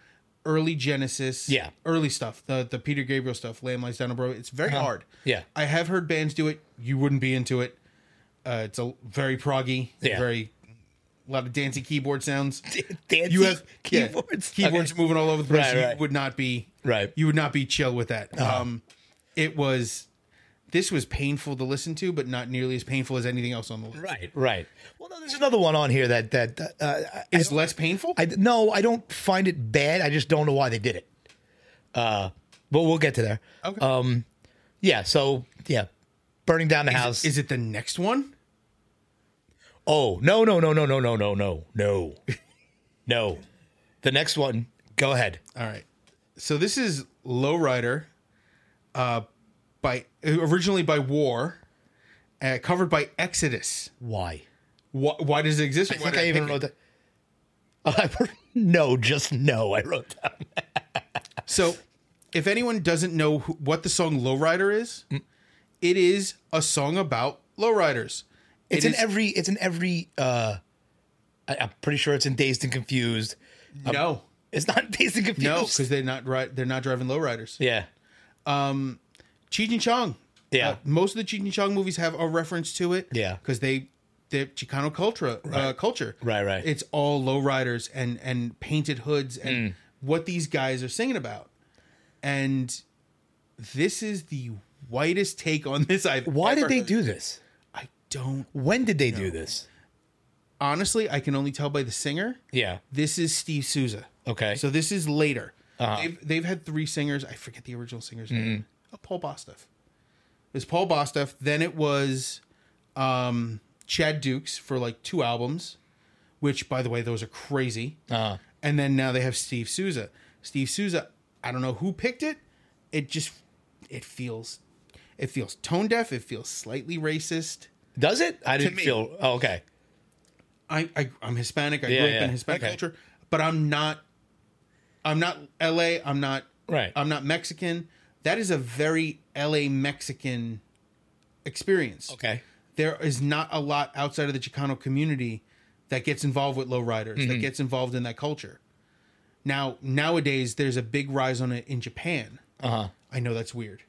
B: early Genesis,
A: Yeah.
B: early stuff, the the Peter Gabriel stuff, Lamb Lies Down on Broadway. It's very hard.
A: Uh-huh. Yeah.
B: I have heard bands do it. You wouldn't be into it. Uh, it's a very proggy,
A: Yeah.
B: very a lot of dancey
A: *laughs*
B: keyboard sounds.
A: Dancing
B: You have yeah,
A: keyboards,
B: keyboards
A: Okay.
B: moving all over the place.
A: Right,
B: you
A: right.
B: would not be
A: Right. Uh-huh.
B: You would not be chill with that. Um, it was this was painful to listen to, but not nearly as painful as anything else on the list.
A: Right, right. Well, no, there's another one on here that that uh,
B: Is less painful.
A: I no, I don't find it bad. I just don't know why they did it. Uh, but we'll get to there.
B: okay.
A: Yeah. So yeah, burning down the house.
B: Is it the next one?
A: oh no no no no no no no no no no. The next one. Go ahead.
B: All right. So this is Lowrider, uh, by originally by War, uh, covered by Exodus.
A: Why?
B: Why, why does it exist?
A: I think I even wrote that. Oh, I wrote- no, just no. I wrote that.
B: So, if anyone doesn't know who, what the song Lowrider is, it is a song about lowriders. It
A: It's in
B: is-
A: every. It's in every. uh I, I'm pretty sure it's in Dazed and Confused.
B: no,
A: It's not *laughs* Dazed and Confused.
B: no, because they're not ri- they're not driving lowriders.
A: yeah,
B: Cheech and Chong.
A: Yeah.
B: Uh, most of the Cheech and Chong movies have a reference to it.
A: Yeah.
B: Because they they're Chicano culture uh, culture.
A: Right, right.
B: It's all lowriders and and painted hoods
A: Mm.
B: and what these guys are singing about. And this is the whitest take on this I've
A: Why
B: ever
A: did they
B: heard.
A: do this?
B: I don't
A: When did they do this?
B: honestly I can only tell by the singer.
A: Yeah.
B: This is Steve Souza.
A: Okay.
B: So this is later. They've, they've had three singers. I forget the original singer's name. Uh, Paul Bostaph. It was Paul Bostaph. Then it was um, Chad Dukes for like two albums, which, by the way, those are crazy.
A: Uh,
B: And then now they have Steve Souza. Steve Souza, I don't know who picked it. It just, it feels, it feels tone deaf. It feels slightly racist.
A: does it? I didn't
B: me.
A: feel. Oh, okay.
B: I, I I'm Hispanic. I
A: Yeah,
B: grew up
A: yeah.
B: in Hispanic
A: Okay.
B: culture, but I'm not. I'm not LA. I'm not.
A: Right.
B: I'm not Mexican. That is a very LA Mexican experience.
A: Okay.
B: There is not a lot outside of the Chicano community that gets involved with lowriders. That
A: Mm-hmm.
B: gets involved in that culture. Now nowadays, there's a big rise on it in Japan.
A: Uh huh.
B: I know that's weird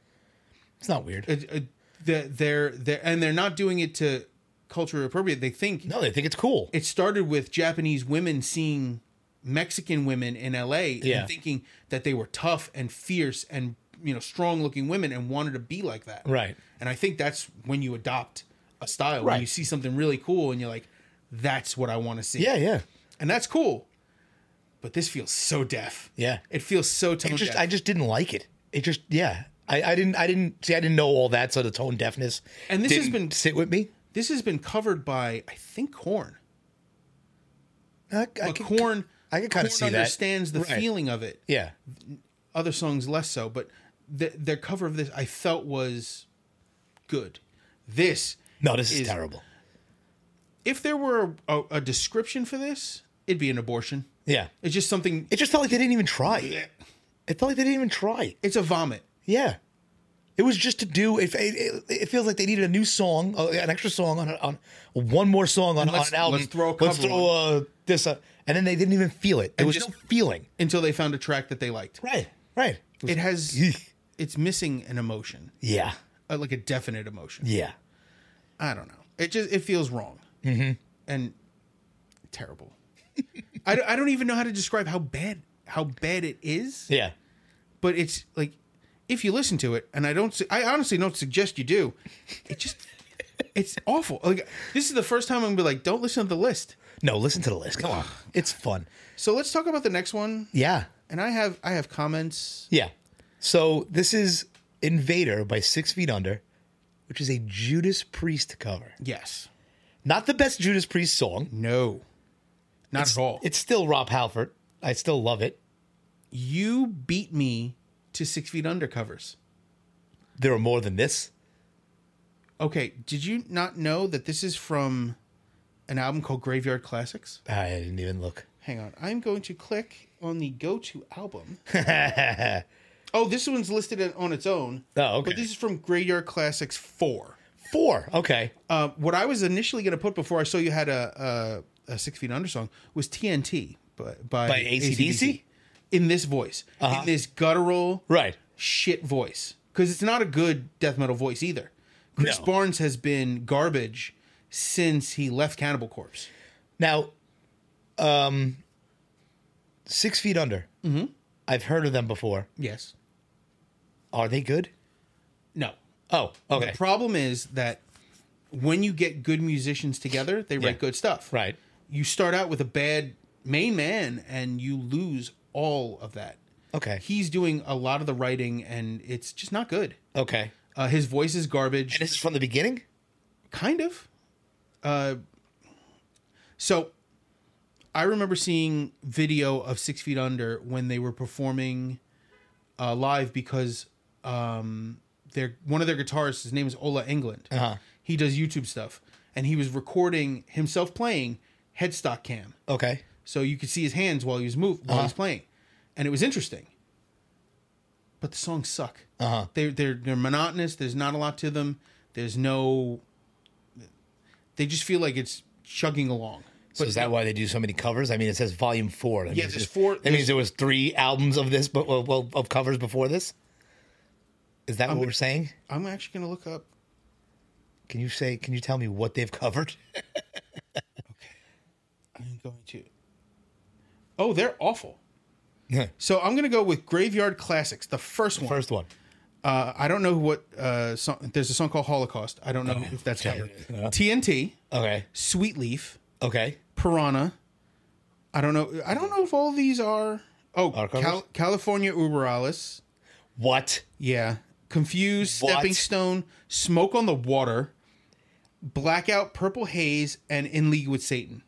A: It's not weird.
B: it, it, they're, they're, they're and they're not doing it to culture appropriate. They think
A: no, they think it's cool.
B: it started with Japanese women seeing Mexican women in LA
A: Yeah.
B: and thinking that they were tough and fierce and you know strong looking women and wanted to be like that.
A: Right.
B: And I think that's when you adopt a style when
A: Right.
B: you see something really cool and you're like that's what I want to see.
A: yeah, yeah,
B: And that's cool. But this feels so deaf.
A: yeah.
B: It feels so tone
A: It just,
B: deaf.
A: I just didn't like it. It just, yeah. I, I didn't, I didn't see. I didn't know all that, so the tone deafness
B: And this has
A: didn't
B: been-
A: sit with me.
B: this has been covered by I think Corn.
A: I, I
B: But
A: can-
B: Corn
A: I can kinda see that.
B: understands the
A: Right.
B: feeling of it.
A: Yeah,
B: other songs less so, but the, their cover of this I felt was good. This,
A: no, this is,
B: Is-
A: terrible.
B: if there were a, a, a description for this, it'd be an abortion.
A: Yeah,
B: It's just something.
A: it just felt like they didn't even try. It felt like they didn't even try.
B: It's a vomit.
A: Yeah. It was just to do. It, it, it feels like they needed a new song, uh, an extra song on a- on one more song on,
B: let's-
A: on an album.
B: let's throw a
A: let's
B: cover
A: throw uh, this, uh, and then they didn't even feel it. There was
B: just-
A: no feeling.
B: Until they found a track that they liked.
A: Right, right.
B: It has.
A: Eek.
B: It's missing an emotion,
A: yeah,
B: uh, like a definite emotion.
A: yeah.
B: I don't know. It just it feels wrong mm-hmm. and terrible. *laughs* I, don't- I don't even know how to describe how bad how bad it is.
A: Yeah.
B: but it's like if you listen to it and i don't su- i honestly don't suggest you do it just it's awful like this is the first time i'm gonna be like don't listen to the list
A: No, listen to the list. Come on. It's fun.
B: so let's talk about the next one
A: Yeah.
B: and i have i have comments
A: Yeah. So this is Invader by Six Feet Under, which is a Judas Priest cover.
B: yes
A: Not the best Judas Priest song.
B: no not at all
A: It's still Rob Halford. I still love it.
B: you beat me to six feet under covers
A: There are more than this.
B: okay did you not know that this is from an album called graveyard classics
A: I didn't even look. *laughs*
B: hang on i'm going to click on the go to album oh this one's listed on its own
A: Oh, okay.
B: But this is from Graveyard Classics 4.
A: Four. Okay.
B: Uh, what I was initially going to put before I saw you had a, a, a Six Feet Under song was TNT by, by,
A: By AC/DC?
B: AC/DC. In this voice.
A: Uh-huh.
B: In this guttural
A: Right.
B: shit voice. Because it's not a good death metal voice either. Chris
A: No.
B: Barnes has been garbage since he left Cannibal Corpse.
A: Now, um, Six Feet Under. Mm-hmm. I've heard of them before.
B: Yes.
A: Are they good?
B: No.
A: Oh, okay.
B: The problem is that when you get good musicians together, they
A: Yeah.
B: write good stuff.
A: right.
B: you start out with a bad main man and you lose all of that.
A: Okay.
B: He's doing a lot of the writing and it's just not good.
A: Okay.
B: Uh, his voice is garbage.
A: And this is from the beginning.
B: kind of. Uh, so I remember seeing video of Six Feet Under when they were performing uh, live because um, their one of their guitarists, his name is Ola England.
A: Uh-huh.
B: He does YouTube stuff, and he was recording himself playing headstock cam,
A: Okay.
B: so you could see his hands while he was move while he was playing, and it was interesting. But the songs suck.
A: Uh-huh.
B: They're they're they're monotonous. There's not a lot to them. There's no. They just feel like it's chugging along.
A: So is that why they do so many covers? I mean, it says volume four. That yeah,
B: there's four-
A: That means there was three albums of this, but well, well, of covers before this. Is
B: Um,
A: that what we're saying?
B: I'm actually gonna look up.
A: Can you say? Can you tell me what they've covered? *laughs*
B: I'm going to. Oh, they're awful.
A: Yeah.
B: So I'm gonna go with Graveyard Classics, the first one.
A: First one.
B: Uh, I don't know what uh, song. There's a song called Holocaust. I don't know if that's covered. TNT,
A: Okay.
B: Sweetleaf,
A: Okay.
B: Piranha. I don't know. I don't know if all these are. Oh,
A: Are covers?
B: Cal- California Uberalis.
A: What?
B: Yeah. Confused,
A: What?
B: Stepping Stone, Smoke on the Water, Blackout, Purple Haze, and In League with Satan.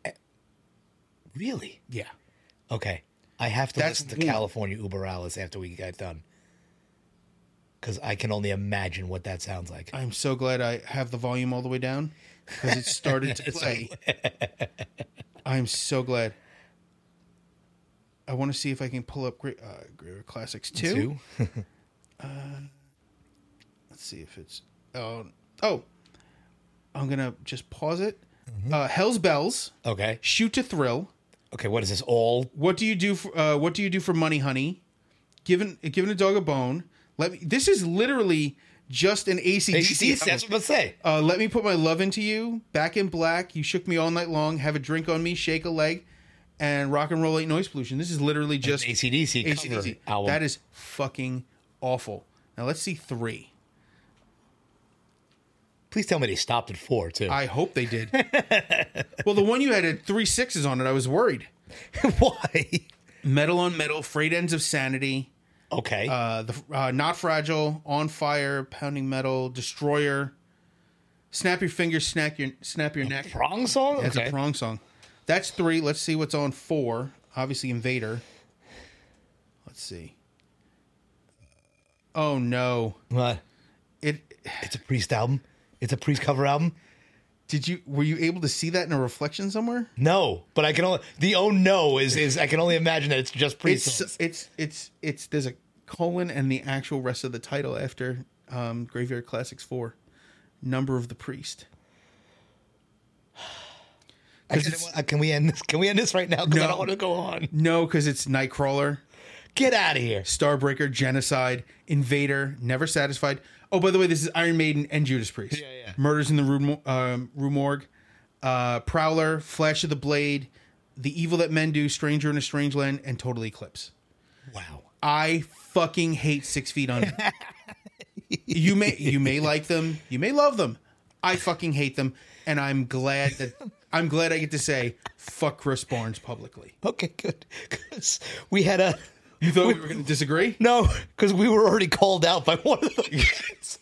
A: Really?
B: Yeah.
A: Okay. I have to
B: That's
A: listen to
B: one.
A: California Uberalis after we get done. Because I can only imagine what that sounds like.
B: I'm so glad I have the volume all the way down because it
A: *laughs*
B: started to play. I'm so glad. I want to see if I can pull up Great, uh, Greater Classics 2.
A: Two?
B: Let's see if it's. Oh, oh. I'm going to just pause it.
A: Mm-hmm.
B: Uh, Hell's Bells,
A: Okay.
B: Shoot to Thrill,
A: Okay. What is this? All
B: What do you do for uh, What do you do for money, honey? Giving giving a dog a bone. Let me. This is literally just an ACDC.
A: ACDC? That's what I say.
B: Uh, let me put my love into you. Back in black. You shook me all night long. Have a drink on me. Shake a leg. And rock and roll ain't noise pollution. This is literally just
A: ACDC cover
B: AC/DC.
A: album.
B: That is fucking awful. Now let's see three.
A: Please tell me they stopped at four too.
B: I hope they did. *laughs* well, the one you had had three sixes on it. I was worried.
A: *laughs* Why?
B: Metal on metal. Freight ends of sanity.
A: Okay.
B: uh, the uh, not fragile, on fire, pounding metal, destroyer, snap your fingers, snap your snap your neck.
A: Prong song.
B: That's
A: Okay.
B: a prong song. That's three. Let's see what's on four. Obviously, invader. Let's see. Oh no!
A: What?
B: It
A: Uh, It's a Priest album. It's a Priest cover album.
B: did you were you able to see that in a reflection somewhere?
A: No, but I can only the oh no is is I can only imagine that it's just Priest.
B: It's
A: songs.
B: it's it's it's there's a colon and the actual rest of the title after um, Graveyard Classics four, number of the priest.
A: I
B: 'cause
A: can,
B: it's-
A: I- can we end this? Can we end this right now? Because I
B: No.
A: don't want to go on.
B: No, because it's Nightcrawler,
A: Get out of here.
B: Starbreaker, Genocide, Invader, Never Satisfied. Oh, by the way, this is Iron Maiden and Judas Priest.
A: Yeah, yeah.
B: Murders in the Rue, Mo- um, Rue Morgue, uh, Prowler, Flash of the Blade, The Evil That Men Do, Stranger in a Strange Land, and Total Eclipse.
A: Wow.
B: I fucking hate Six Feet Under. you may you may like them, you may love them. I fucking hate them, and I'm glad that I'm glad I get to say fuck Chris Barnes publicly.
A: Okay, good. *laughs* 'Cause we had a
B: You thought we were going to disagree?
A: no, because we were already called out by one of the. *laughs*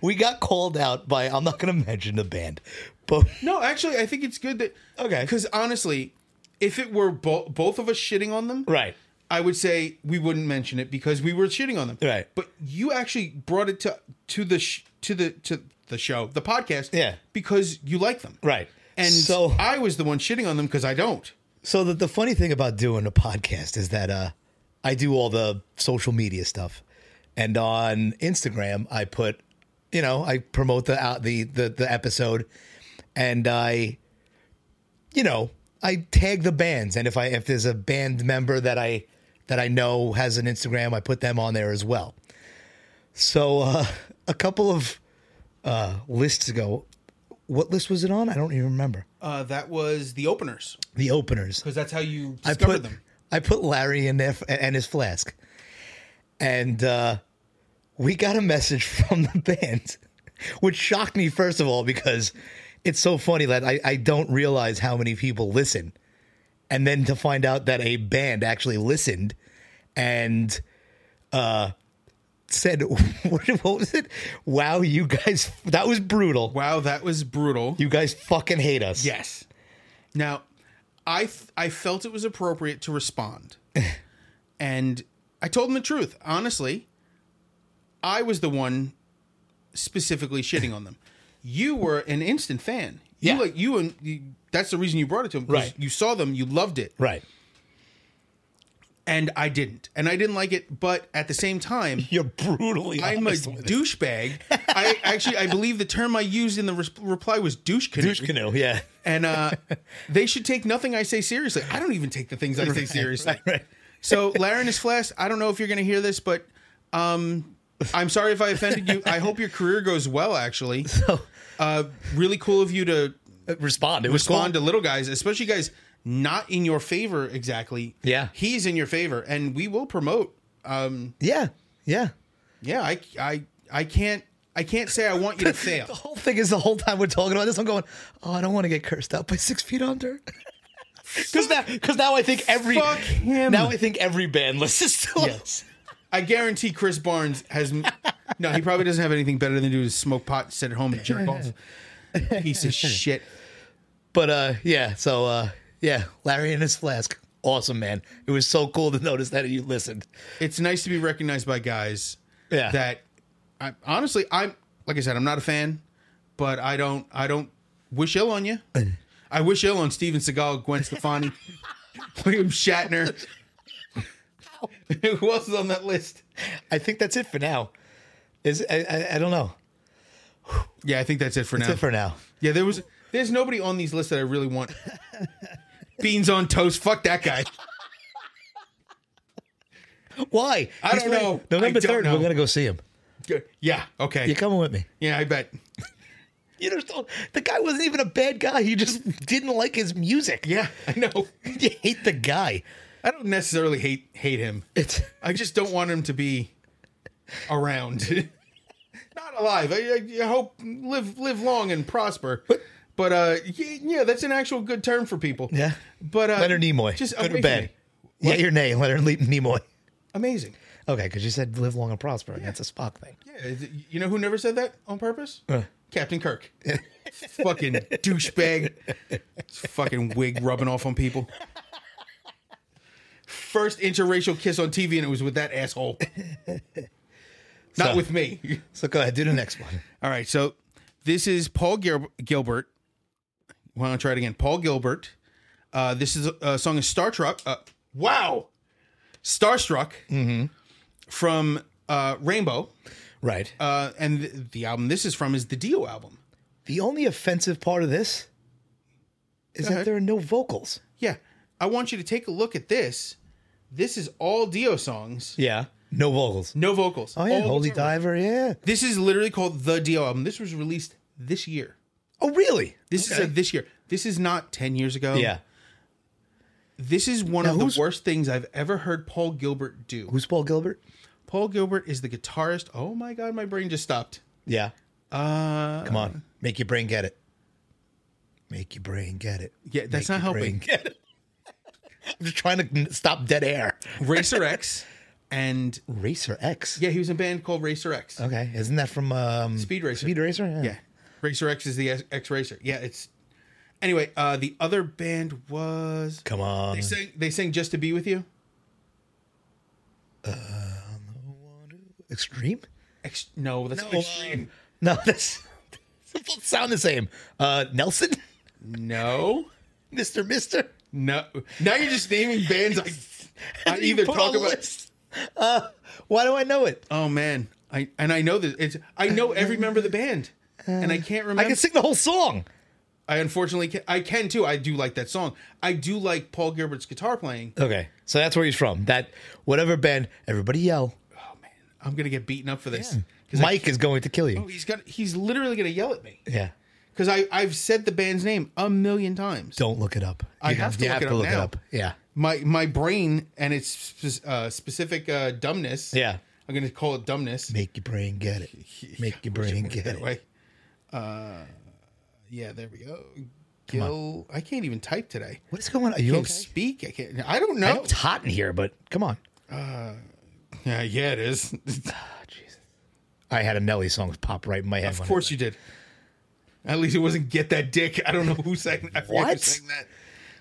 A: we got called out by. I'm not going to mention the band, but
B: No, actually, I think it's good that
A: Okay.
B: Because honestly, if it were bo- both of us shitting on them,
A: right.
B: I would say we wouldn't mention it because we were shitting on them,
A: Right.
B: But you actually brought it to to the sh- to the to the show, the podcast,
A: Yeah.
B: because you like them,
A: Right.
B: And
A: So-
B: so I was the one shitting on them because I don't.
A: So the, the funny thing about doing a podcast is that uh, I do all the social media stuff, and on Instagram I put, you know, I promote the out the the the episode, and I, you know, I tag the bands, and if I if there's a band member that I that I know has an Instagram, I put them on there as well. So uh, *laughs* a couple of uh, lists ago, what list was it on? I don't even remember.
B: Uh, that was the openers
A: The openers.
B: because that's how you
A: I put
B: discovered them.
A: I put Larry in there f- and his flask, and uh, we got a message *laughs* from the band, which shocked me first of all because it's so funny that I, I don't realize how many people listen, and then to find out that a band actually listened, and uh, said, *laughs* what, what was it? Wow, you guys, that was brutal.
B: Wow, that was brutal.
A: You guys fucking hate us.
B: Yes. Now, I f- I felt it was appropriate
A: *laughs*
B: to respond, and I told him the truth. Honestly, I was the one specifically shitting
A: *laughs*
B: on them. You were an instant fan. You
A: Yeah.
B: like you and you, that's the reason you brought it to him. 'cause
A: Right.
B: You saw them. You loved it.
A: Right.
B: And I didn't. And I didn't like it. But at the same
A: *laughs*
B: time,
A: You're brutally
B: I'm a
A: honest with it.
B: douchebag. I actually I believe the term I used in the res- reply was douche canoe.
A: douche canoe. Yeah. *laughs*
B: and uh, *laughs* they should take nothing I say seriously. I don't even take the things I say seriously.
A: right.
B: So, Larinus Flash, I don't know if you're going to hear this, but um, I'm sorry if I offended you. I hope your career goes well. Actually, uh, really cool of you to
A: Respond. It was
B: respond
A: cool.
B: to little guys, especially guys not in your favor exactly.
A: Yeah.
B: he's in your favor, and we will promote. Um,
A: Yeah. Yeah.
B: yeah, I, I, I can't, I can't say I
A: *laughs*
B: want you to fail.
A: The whole thing is the whole time we're talking about this, I'm going, oh, I don't want to get cursed out by six feet under. *laughs* Because now, because now I think every
B: Fuck him.
A: now I think every band *laughs* listens to us.
B: I guarantee Chris Barnes has no. He probably doesn't have anything better than to do is smoke pot, sit at home, and
A: *laughs*
B: jerk off. Piece of shit.
A: But uh, yeah, so uh, yeah, Larry and his flask, awesome man. It was so cool to notice that you listened.
B: It's nice to be recognized by guys
A: Yeah,
B: that, I, honestly, I'm like I said, I'm not a fan, but I don't, I don't wish
A: *laughs*
B: ill on you. I wish ill on Steven Seagal, Gwen Stefani, William Shatner. *laughs* Who else is on that list?
A: I think that's it for now. Is I, I, I don't know.
B: Yeah, I think that's it for now.
A: That's it for now.
B: Yeah, there was. There's nobody on these lists that I
A: *laughs*
B: really want. Beans on toast. Fuck that guy.
A: Why?
B: I don't
A: playing-
B: know.
A: November
B: I don't
A: third,
B: know.
A: we're gonna go see him.
B: Good. Yeah.
A: You're
B: Okay.
A: coming with me.
B: Yeah, I bet.
A: *laughs* You just don't. The guy wasn't even a bad guy. He just didn't like his music.
B: Yeah, *laughs* I know.
A: *laughs* you hate the guy.
B: I don't necessarily hate hate him.
A: It's
B: I just don't want him to be around, *laughs* not alive. I, I, I hope live live long and prosper. But, uh, yeah, yeah, that's an actual good term for people.
A: yeah.
B: But uh,
A: Leonard Nimoy.
B: just
A: good
B: away
A: or
B: from
A: bad?
B: me.
A: *laughs* Yeah, your name, Leonard Le- Nimoy.
B: Amazing.
A: Okay, because you said live long and prosper, and that's a Spock thing.
B: Yeah, is it- you know who never said that on purpose? Captain *laughs* Kirk. fucking douchebag. It's fucking wig rubbing off on people. First interracial kiss on TV, and it was with that asshole. Not
A: So-
B: with me.
A: So go ahead, do the next one.
B: *laughs* All right, so this is Paul Gil- Gilbert. Why don't I try it again? Paul Gilbert. Uh, this is a, a song is Star Truck. Uh, wow, Starstruck Mm-hmm. from uh, Rainbow.
A: *laughs* Right.
B: Uh, and th- the album this is from is the Dio album.
A: the only offensive part of this is that
B: ahead.
A: there are no vocals.
B: Yeah, I want you to take a look at this. This is all Dio songs,
A: Yeah. No vocals.
B: no vocals.
A: Oh yeah,
B: All
A: Holy
B: guitar-
A: Diver. Yeah.
B: This is literally called the Dio album. This was released this year.
A: Oh really?
B: This is a this year. This is not ten years ago.
A: yeah.
B: This is one
A: Now
B: of
A: who's-
B: the worst things I've ever heard Paul Gilbert do.
A: Who's Paul Gilbert?
B: Paul Gilbert is the guitarist. Oh my god, my brain just stopped.
A: Yeah.
B: Uh,
A: Come on, make your brain get it. Make your brain get it.
B: yeah, that's
A: Make
B: not
A: your brain
B: helping.
A: get it. *laughs* I'm just trying to n- stop dead air.
B: Racer X, and
A: Racer X.
B: yeah, he was in a band called Racer X.
A: Okay, isn't that from um,
B: Speed Racer.
A: Speed Racer. Yeah.
B: Yeah. Racer X is the X- X Racer. Yeah, it's anyway, uh the other band was
A: Come on.
B: they sang they sang Just to Be With You.
A: Extreme.
B: Ex- no, that's
A: No,
B: Oh, extreme.
A: *laughs* No, that's. They both sound the same. Uh, Nelson, *laughs*
B: No.
A: Mister, Mister.
B: No. Now you're just naming bands I, I either
A: Put
B: talk
A: on the
B: about
A: list. Uh, why do I know it?
B: Oh man. I and I know this it's I know every member of the band. And I can't remember
A: I can sing the whole song.
B: I unfortunately can, I can too. I do like that song. I do like Paul Gilbert's guitar playing.
A: Okay, so that's where he's from. That whatever band, everybody yell.
B: Oh man, I'm gonna get beaten up for this. Mm. 'Cause I- Oh.
A: Mike is going to kill you.
B: he's got he's literally gonna yell at me.
A: Yeah,
B: because I I've said the band's name a million times.
A: don't look it up.
B: I
A: You
B: have to
A: you
B: look it up now.
A: Yeah,
B: My my brain and its spe- uh, specific uh, dumbness.
A: yeah.
B: I'm gonna call it dumbness.
A: Make your brain get
B: *laughs*
A: it. Make your brain get
B: That
A: it.
B: way. Uh, yeah, there we go. Gil, I can't even type today.
A: What is going on? Are you
B: I
A: okay?
B: can't speak. I can't. I don't know.
A: I know it's hot in here, but come on.
B: Yeah, yeah, it *laughs* is.
A: I had a Nelly song pop right in my head.
B: of course you did. At least it wasn't "Get That Dick." I don't know who sang. I forget Who
A: What?
B: sang that?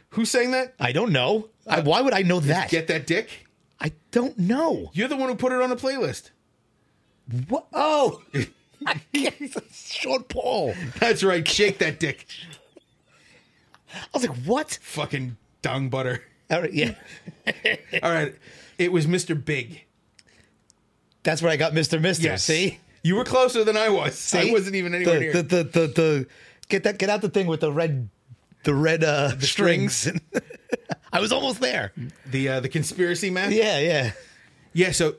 B: Who sang that?
A: I don't know. I, why would I know that?
B: "Get That Dick."
A: I don't know.
B: You're the one who put it on the playlist.
A: What? Oh, *laughs* I can't- Sean Paul.
B: That's right. Shake that dick.
A: I was like, what?
B: Fucking
A: *laughs*
B: dung butter.
A: All right, yeah,
B: All right. It was Mr. Big.
A: that's where I got Mister Mister. See,
B: You were closer than I was.
A: See?
B: I wasn't even anywhere
A: the,
B: near.
A: The, the, the, the- get that get out the thing with the red the red uh, strings. *laughs* I was almost there.
B: the uh, the conspiracy map.
A: Yeah, yeah.
B: Yeah, so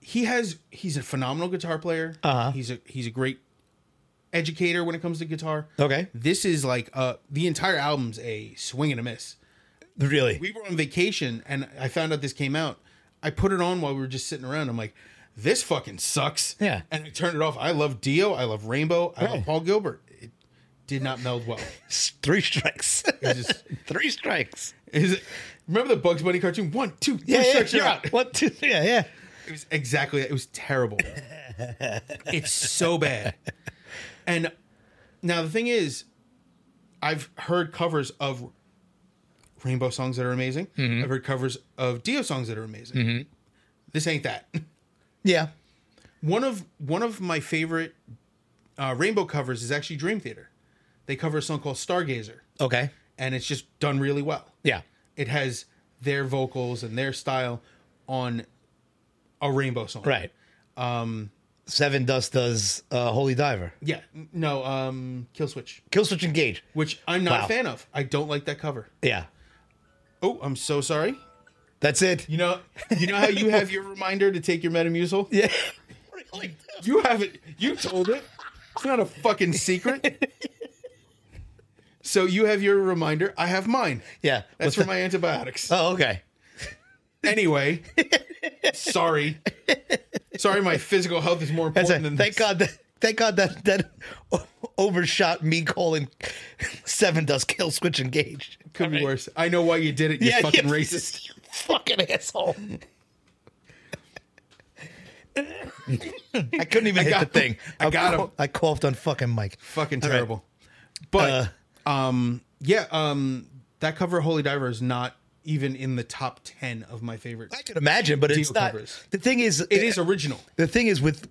B: he has he's a phenomenal guitar player. Uh-huh. He's a he's a great educator when it comes to guitar.
A: Okay.
B: This is like uh the entire album's a swing and a miss.
A: Really.
B: We were on vacation and I found out this came out. I put it on while we were just sitting around. I'm like, this fucking sucks.
A: Yeah.
B: And I turned it off. I love Dio. I love Rainbow. I love
A: Right.
B: Paul Gilbert. It did not meld well.
A: Three strikes. *laughs*
B: It just
A: Three strikes.
B: is it, remember the Bugs Bunny cartoon? One, two, three,
A: Yeah, yeah,
B: strikes,
A: you're
B: you're out.
A: out. One, two, three, yeah, yeah.
B: It was exactly. It was terrible.
A: *laughs*
B: it's so bad. And now the thing is, I've heard covers of Rainbow songs that are amazing.
A: Mm-hmm.
B: I've heard covers of Dio songs that are amazing. This ain't that. *laughs*
A: Yeah.
B: One of one of my favorite uh, Rainbow covers is actually Dream Theater. They cover a song called Stargazer,
A: Okay.
B: and it's just done really well
A: Yeah.
B: it has their vocals and their style on a rainbow song.
A: Right. Um Seven Dust does uh, Holy Diver.
B: Yeah. n- No, um Kill Switch,
A: Kill Switch Engage.
B: which I'm not
A: Wow.
B: a fan of. I don't like that cover.
A: Yeah.
B: Oh, I'm so sorry.
A: That's it. *laughs*
B: You know you know how you have your reminder to take your Metamucil?
A: Yeah.
B: You have it. You told it. It's not a fucking secret. So you have your reminder, I have mine.
A: Yeah.
B: That's
A: What's
B: for
A: the-
B: my antibiotics.
A: Oh, okay. *laughs*
B: Anyway, sorry. Sorry my physical health is more
A: That's
B: important
A: it.
B: than
A: Thank
B: this.
A: God that thank God that that *laughs* o- overshot me calling *laughs* Seven Dust Kill Switch Engage.
B: Could be worse. I know why you did it. You
A: *laughs* Yeah,
B: fucking
A: yeah.
B: racist.
A: You fucking asshole. I couldn't even hit
B: got
A: the
B: him.
A: thing.
B: I got
A: cau-
B: him.
A: I coughed on fucking Uh, Mike.
B: Fucking
A: All right.
B: terrible. But um, yeah, um, that cover of Holy Diver is not even in the top ten of my favorites.
A: I could imagine, but it's
B: Dio
A: not.
B: covers.
A: The thing is,
B: It is original.
A: the thing is with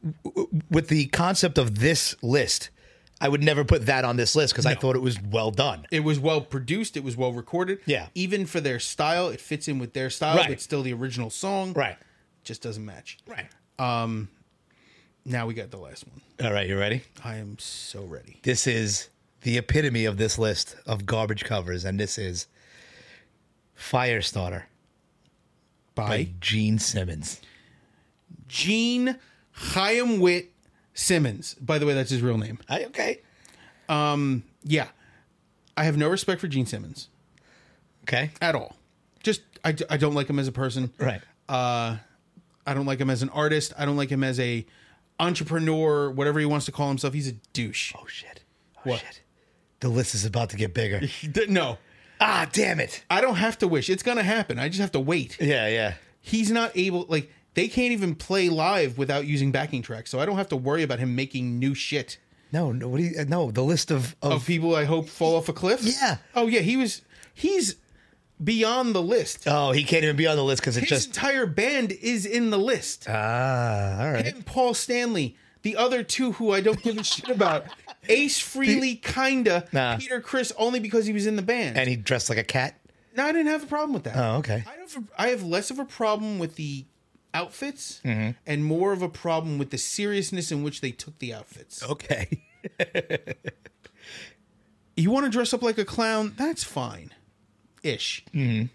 A: with the concept of this list. I would never put that on this list because I thought it was well done.
B: It was well produced. It was well recorded.
A: Yeah.
B: Even for their style, it fits in with their style,
A: Right.
B: but still the original song.
A: Right.
B: Just doesn't match.
A: Right.
B: Now we got the last one.
A: All right. You ready?
B: I am so ready.
A: this is the epitome of this list of garbage covers, and this is Firestarter by
B: Bye.
A: Gene Simmons.
B: Gene Chaim Witt Simmons. By the way, that's his real name.
A: I, okay.
B: Yeah. I have no respect for Gene Simmons.
A: Okay.
B: at all. Just I, I don't like him as a person.
A: Right.
B: I don't like him as an artist. I don't like him as a entrepreneur, whatever he wants to call himself. He's a douche.
A: Oh, shit. Oh,
B: What?
A: shit. The list is about to get *laughs* bigger.
B: No,
A: ah, damn it.
B: I don't have to wish. It's gonna happen. I just have to wait.
A: Yeah, yeah.
B: He's not able. Like they can't even play live without using backing tracks. So I don't have to worry about him making new shit
A: No, no, what do you, no, the list of, of,
B: of people I hope fall off a cliff.
A: Yeah.
B: Oh yeah. He was. He's beyond the list.
A: oh, he can't even be on the list because it's just,
B: His entire band is in the list.
A: ah, all right.
B: and Paul Stanley. The other two who I don't give a shit
A: *laughs*
B: about. Ace Freely, kinda.
A: Nah.
B: Peter Chris, only because he was in the band.
A: And he dressed like a cat.
B: no, I didn't have a problem with that.
A: Oh, okay.
B: I, have I have less of a problem with the outfits
A: Mm-hmm.
B: and more of a problem with the seriousness in which they took the
A: Oh.
B: outfits.
A: Okay.
B: You want to dress up like a clown? That's fine. Ish.
A: Mm-hmm.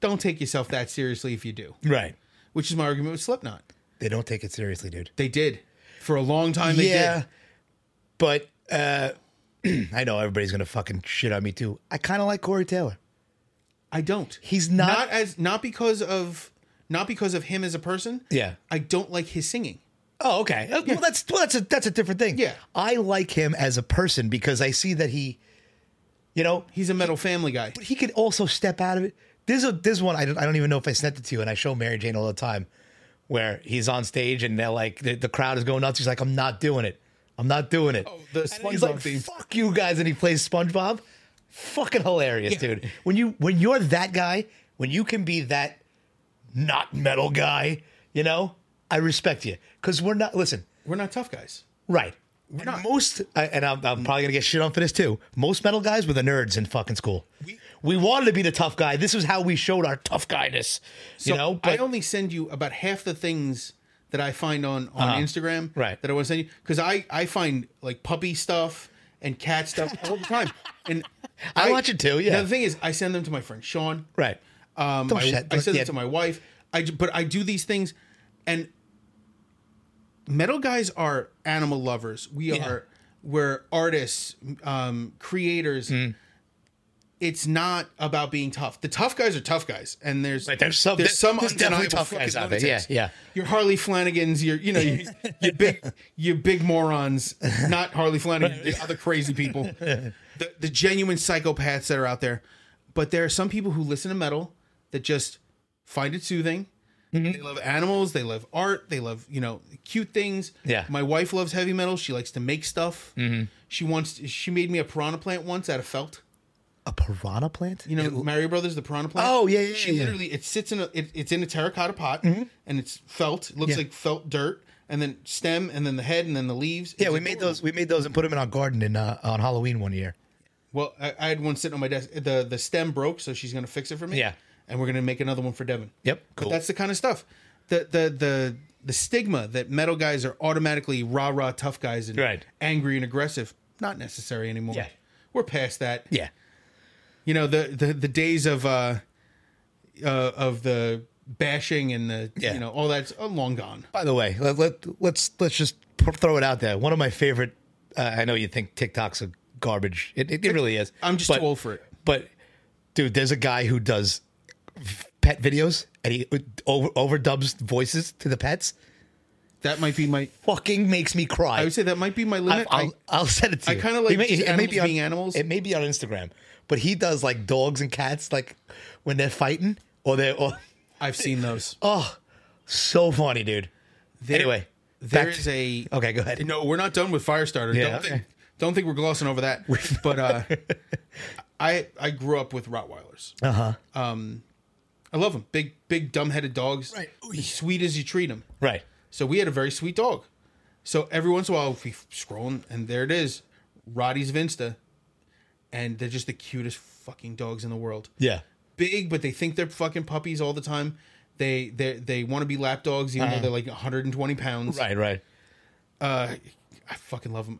B: Don't take yourself that seriously if you do,
A: *laughs* Right.
B: which is my argument with Slipknot.
A: They don't take it seriously, dude.
B: They did. For a long time, they did.
A: But uh, *clears throat* I know everybody's gonna fucking shit on me too. I kind of like Corey Taylor.
B: I don't.
A: He's not-
B: not as not because of not because of him as a person.
A: Yeah.
B: I don't like his singing.
A: Oh, okay. Uh, Well, that's well, that's a that's a different thing.
B: Yeah.
A: I like him as a person because I see that he, you know,
B: He's a metal family guy.
A: he could also step out of it. There's a there's one I don't I don't even know if I sent it to you, and I show Mary Jane all the time, where he's on stage and they're like the, the crowd is going nuts. He's like, I'm not doing it. I'm not doing it.
B: Oh, the
A: And he's
B: SpongeBob
A: like,
B: theme.
A: fuck you guys, and he plays SpongeBob. Fucking hilarious, dude. When you when you're that guy, when you can be that not metal guy, you know, I respect you because we're not. Listen,
B: We're not tough guys.
A: Right. And
B: not.
A: Most, I, and I'm, I'm probably gonna get shit on for this too. Most metal guys were the nerds in fucking school. We, wanted to be the tough guy. This was how we showed our tough guyness.
B: So
A: you know,
B: I
A: but
B: only send you about half the things that I find on on Instagram.
A: Uh-huh. Right.
B: That I want to send you because I I find like puppy stuff and cat stuff all the time. And
A: *laughs* I watch it too, yeah.
B: Now, the thing is, I send them to my friend Sean.
A: right.
B: Um,
A: Don't
B: I,
A: shed-
B: I said
A: yeah.
B: that to my wife. I ju- but I do these things, and metal guys are animal lovers. We
A: Yeah.
B: are we're artists, um, creators.
A: Hmm.
B: It's not about being tough. The tough guys are tough guys, and there's
A: Right, there's some-
B: there's
A: there-
B: some
A: there's definitely
B: undeniable
A: tough guys
B: fucking
A: out there. Yeah,
B: lunatics.
A: yeah.
B: Your Harley Flanagan's, your you know, you,
A: *laughs*
B: you big you big morons. Not Harley Flanagan, the other crazy people,
A: *laughs*
B: the, the genuine psychopaths that are out there. But there are some people who listen to metal that just find it soothing.
A: Mm-hmm.
B: They love animals. They love art. They love you know cute things.
A: Yeah. Mm-hmm.
B: My wife loves heavy metal. She likes to make stuff. She wants. She made me a piranha plant once out of felt.
A: A piranha plant?
B: You know, Mario Brothers, the piranha plant.
A: Oh, yeah, yeah,
B: She
A: yeah.
B: literally, it sits in a, it, it's in a terracotta pot, and it's felt. It looks
A: Yeah.
B: like felt dirt, and then stem, and then the head, and then the leaves.
A: yeah,
B: It's
A: we
B: adorable.
A: made those. We made those and put them in our garden in uh, on Halloween one year.
B: Well, I, I had one sitting on my desk. the The stem broke, so she's gonna fix it for me.
A: Yeah.
B: and we're gonna make another one for Devin.
A: Yep, cool.
B: But that's the kind of stuff. The the the the stigma that metal guys are automatically rah rah tough guys and
A: Right.
B: angry and aggressive not necessary anymore.
A: Yeah.
B: We're past that.
A: Yeah,
B: you know the the, the days of uh, uh of the bashing and the
A: Yeah.
B: you know all that's uh, long gone
A: By the way, let, let let's let's just p- throw it out there. One of my favorite. Uh, I know you think TikTok's a garbage. It, it, it really is.
B: I'm just too old for it.
A: But dude, there's a guy who does pet videos and he over, overdubs voices to the pets.
B: that might be my
A: Fucking makes me cry.
B: i would say that might be my
A: I,
B: limit I-
A: will I'll send it to
B: I
A: you.
B: kinda like
A: It may-
B: just
A: it may be
B: animals
A: on-
B: being animals.
A: It may be on Instagram, but he does like dogs and cats, like when they're fighting or they're or,
B: i've seen
A: *laughs*
B: those
A: oh, so funny, dude. anyway, back
B: there's
A: to-
B: a
A: okay, go ahead.
B: no we're not done with firestarter
A: Yeah,
B: don't, think,
A: okay.
B: don't think we're glossing over that
A: *laughs*
B: but uh i i grew up with rottweilers Um,
A: Uh huh.
B: i love them big big dumb-headed dogs
A: Right. Ooh, yeah.
B: as sweet as you treat them
A: Right.
B: So we had a very sweet dog. So every once in a while, we scrolling, and there it is, Roddy's Vinsta, and they're just the cutest fucking dogs in the world.
A: Yeah.
B: Big, but they think they're fucking puppies all the time. They they they want to be lap dogs, even
A: Uh-huh.
B: though they're like 120 pounds.
A: Right. Right.
B: Uh, I fucking love them.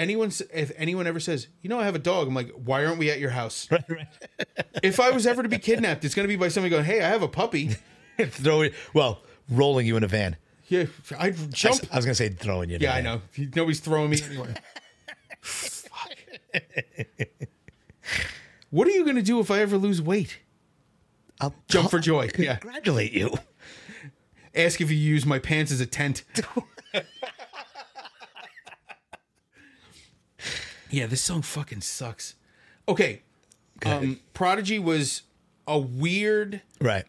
B: Anyone, s- if anyone ever says, you know, I have a dog, I'm like, why aren't we at your house?
A: *laughs* Right. Right.
B: *laughs* If I was ever to be kidnapped, it's gonna be by somebody going, hey, I have
A: *laughs*
B: a puppy.
A: Throw it. Well, rolling you in a van.
B: Yeah, I'd
A: I
B: jump.
A: s- I was gonna say throwing you. In
B: *laughs*
A: a
B: Yeah, I
A: van.
B: know. Nobody's throwing me
A: *laughs*
B: anywhere. Fuck. What are you going to do if I ever lose weight?
A: I'll
B: Jump
A: *laughs*
B: for joy. Yeah.
A: Congratulate you.
B: Ask if you use my pants as
A: *laughs*
B: a tent. yeah, this song fucking sucks. Okay. Um, Prodigy was a weird
A: Right.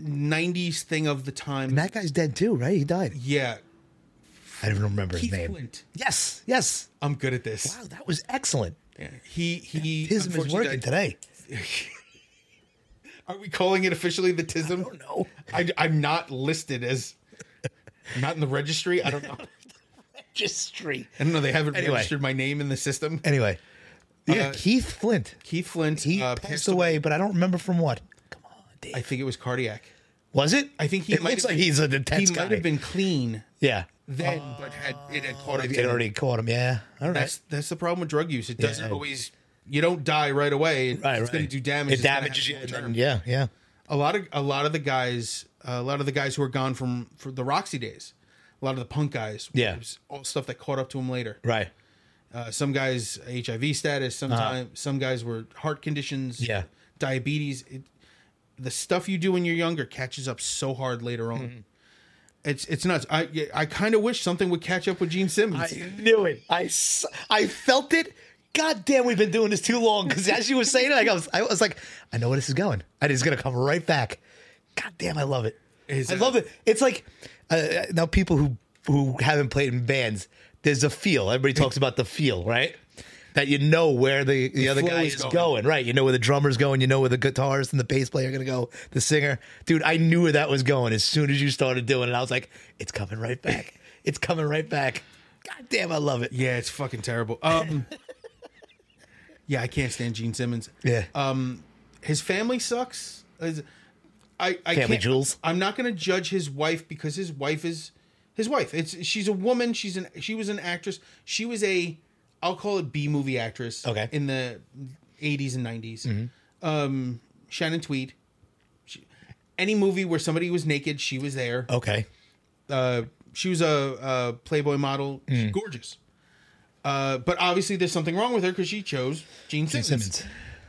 B: 90s thing of the time.
A: That guy's dead too, right? He died.
B: yeah.
A: I don't remember his
B: Keith
A: name.
B: Flint.
A: Yes. Yes.
B: I'm good at this.
A: Wow, that was excellent.
B: Yeah. He he
A: Tism is
B: unfortunately
A: working
B: died-
A: today.
B: Are we calling it officially the tism?
A: I don't know. *laughs*
B: I, am not listed as not in the registry. I don't know.
A: Registry.
B: I don't know. They haven't
A: Anyway.
B: registered my name in the system.
A: Anyway, yeah,
B: Uh,
A: Keith Flint.
B: Keith Flint
A: He
B: uh,
A: passed, away, but I don't remember from what. Come on, Dave.
B: I think it was cardiac.
A: was it?
B: I think he
A: It
B: might
A: looks
B: have
A: like
B: been-
A: he's a
B: He
A: intense guy.
B: might have been clean
A: Yeah.
B: then, but had it had caught
A: It already caught him. Yeah. All right.
B: That's that's the problem with drug use. It doesn't
A: Yeah.
B: always. You don't die right
A: right.
B: away. it's
A: right.
B: going to do damage.
A: It
B: It's gonna
A: damages you.
B: have long-term.
A: and then- Yeah. Yeah.
B: a lot of a lot of the guys, uh, a lot of the guys who are gone from for the Roxy days, a lot of the punk guys.
A: Yeah.
B: it was all stuff that caught up to them later.
A: Right.
B: Uh, some guys HIV status. Sometimes some guys were heart conditions.
A: Uh-huh. Yeah.
B: diabetes. It, the stuff you do when you're younger catches up so hard later on.
A: Mm-hmm.
B: It's it's nuts. I yeah, I kind of wish something would catch up with Gene Simmons.
A: I knew it. I, s- I felt it. God damn, we've been doing this too long. Because as you were saying it, like, I was, I was like, I know where this is going. And it's going to come right back. God damn, I love it.
B: Is
A: I
B: that-
A: love it. It's like uh, now people who who haven't played in bands. There's a feel. Everybody talks about the feel, right? That you know where the, the, other
B: flow
A: guy
B: is
A: is
B: going.
A: going. right? You know where the drummer's going. You know where the guitarist and the bass player are going to go. The singer, dude, I knew where that was going as soon as you started doing it. I was like, it's coming right *laughs* back. It's coming right back. God damn, I love it.
B: Yeah, it's fucking terrible. Um, *laughs* yeah, I can't stand Gene Simmons.
A: Yeah.
B: Um, his family sucks. Is- I, I
A: Family
B: can't,
A: jewels.
B: I'm not going to judge his wife because his wife is his wife. It's she's a woman. She's an she was an actress. She was a I'll call it B movie actress.
A: Okay. Mm-hmm.
B: In the 80s and 90s. Um, Shannon Tweed. She, any movie where somebody was naked, she was there
A: Okay.
B: uh, she was a, a Playboy model.
A: Hmm.
B: She's gorgeous. Uh, but obviously, there's something wrong with her because she chose Gene Simmons.
A: Simmons.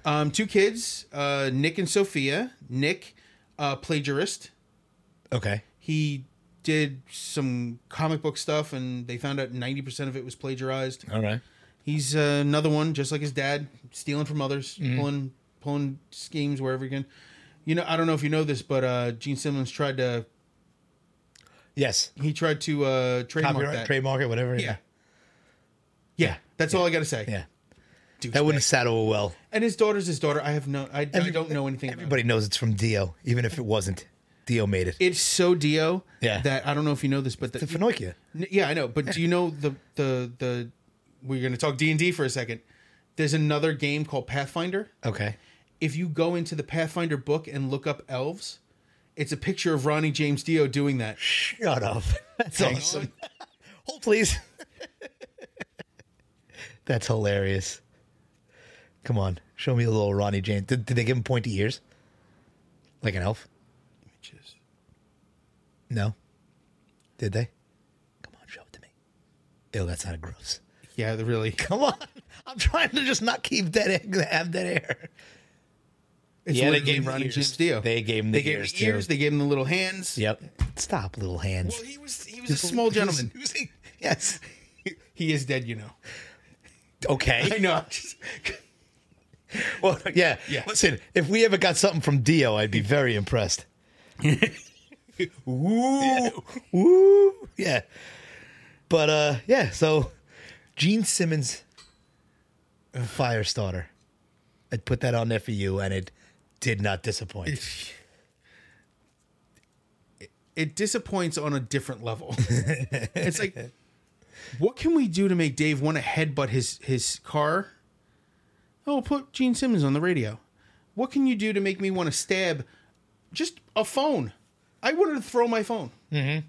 B: Um, two kids, uh, Nick and Sophia. Nick, uh, plagiarist.
A: Okay.
B: He did some comic book stuff, and they found out 90% of it was plagiarized.
A: All right.
B: He's uh, another one, just like his dad, stealing from others,
A: Hmm.
B: pulling pulling schemes wherever he can. You know, I don't know if you know this, but uh, Gene Simmons tried to
A: Yes.
B: he tried to uh, trademark
A: Copyright,
B: that.
A: trademark, or whatever. Yeah.
B: Yeah, that's all I got to say.
A: Yeah.
B: Douchebag.
A: That wouldn't have sat over well.
B: And his daughter's his daughter. I have no. I, I don't know anything. about
A: Everybody knows it's from Dio, even if it wasn't. Dio made it.
B: it. It's so Dio.
A: Yeah.
B: That I don't know if you know this, but
A: the
B: the,
A: Finocchio.
B: yeah, I know. But do you know the the the? We're gonna talk D and D for a second. There's another game called Pathfinder.
A: Okay.
B: If you go into the Pathfinder book and look up elves, it's a picture of Ronnie James Dio doing that.
A: Shut up. *laughs* That's awesome.
B: on.
A: *laughs* Hold please. *laughs* That's hilarious. Come on, show me a little Ronnie James. Did, did they give him pointy ears? Like an elf?
B: Just-
A: No. Did they? Come on, show it to me. Ew, that's not gross.
B: Yeah, they're really.
A: Come on. *laughs* I'm trying to just not keep dead air, have dead air.
B: It's
A: Yeah, they
B: literally
A: gave him the
B: Ronnie
A: ears.
B: James Dio.
A: They gave him the
B: they gave
A: ears,
B: him the ears.
A: too.
B: They gave him the little hands.
A: Yep. Stop, little hands.
B: Well, he was he was a small gentleman.
A: yes.
B: He is dead, you know. *laughs*
A: Okay.
B: I know. I'm just- *laughs*
A: Well, *laughs* yeah.
B: Yeah.
A: Listen, if we ever got something from Dio, I'd be very
B: *laughs*
A: impressed. Woo. Woo. Yeah. But uh yeah, so Gene Simmons Firestarter. I'd put that on there for you and it did not disappoint.
B: it disappoints on a different level. it's like, what can we do to make Dave want to headbutt his his car? Oh, put Gene Simmons on the radio. What can you do to make me want to stab just a phone? I wanted to throw my phone. Mm-hmm.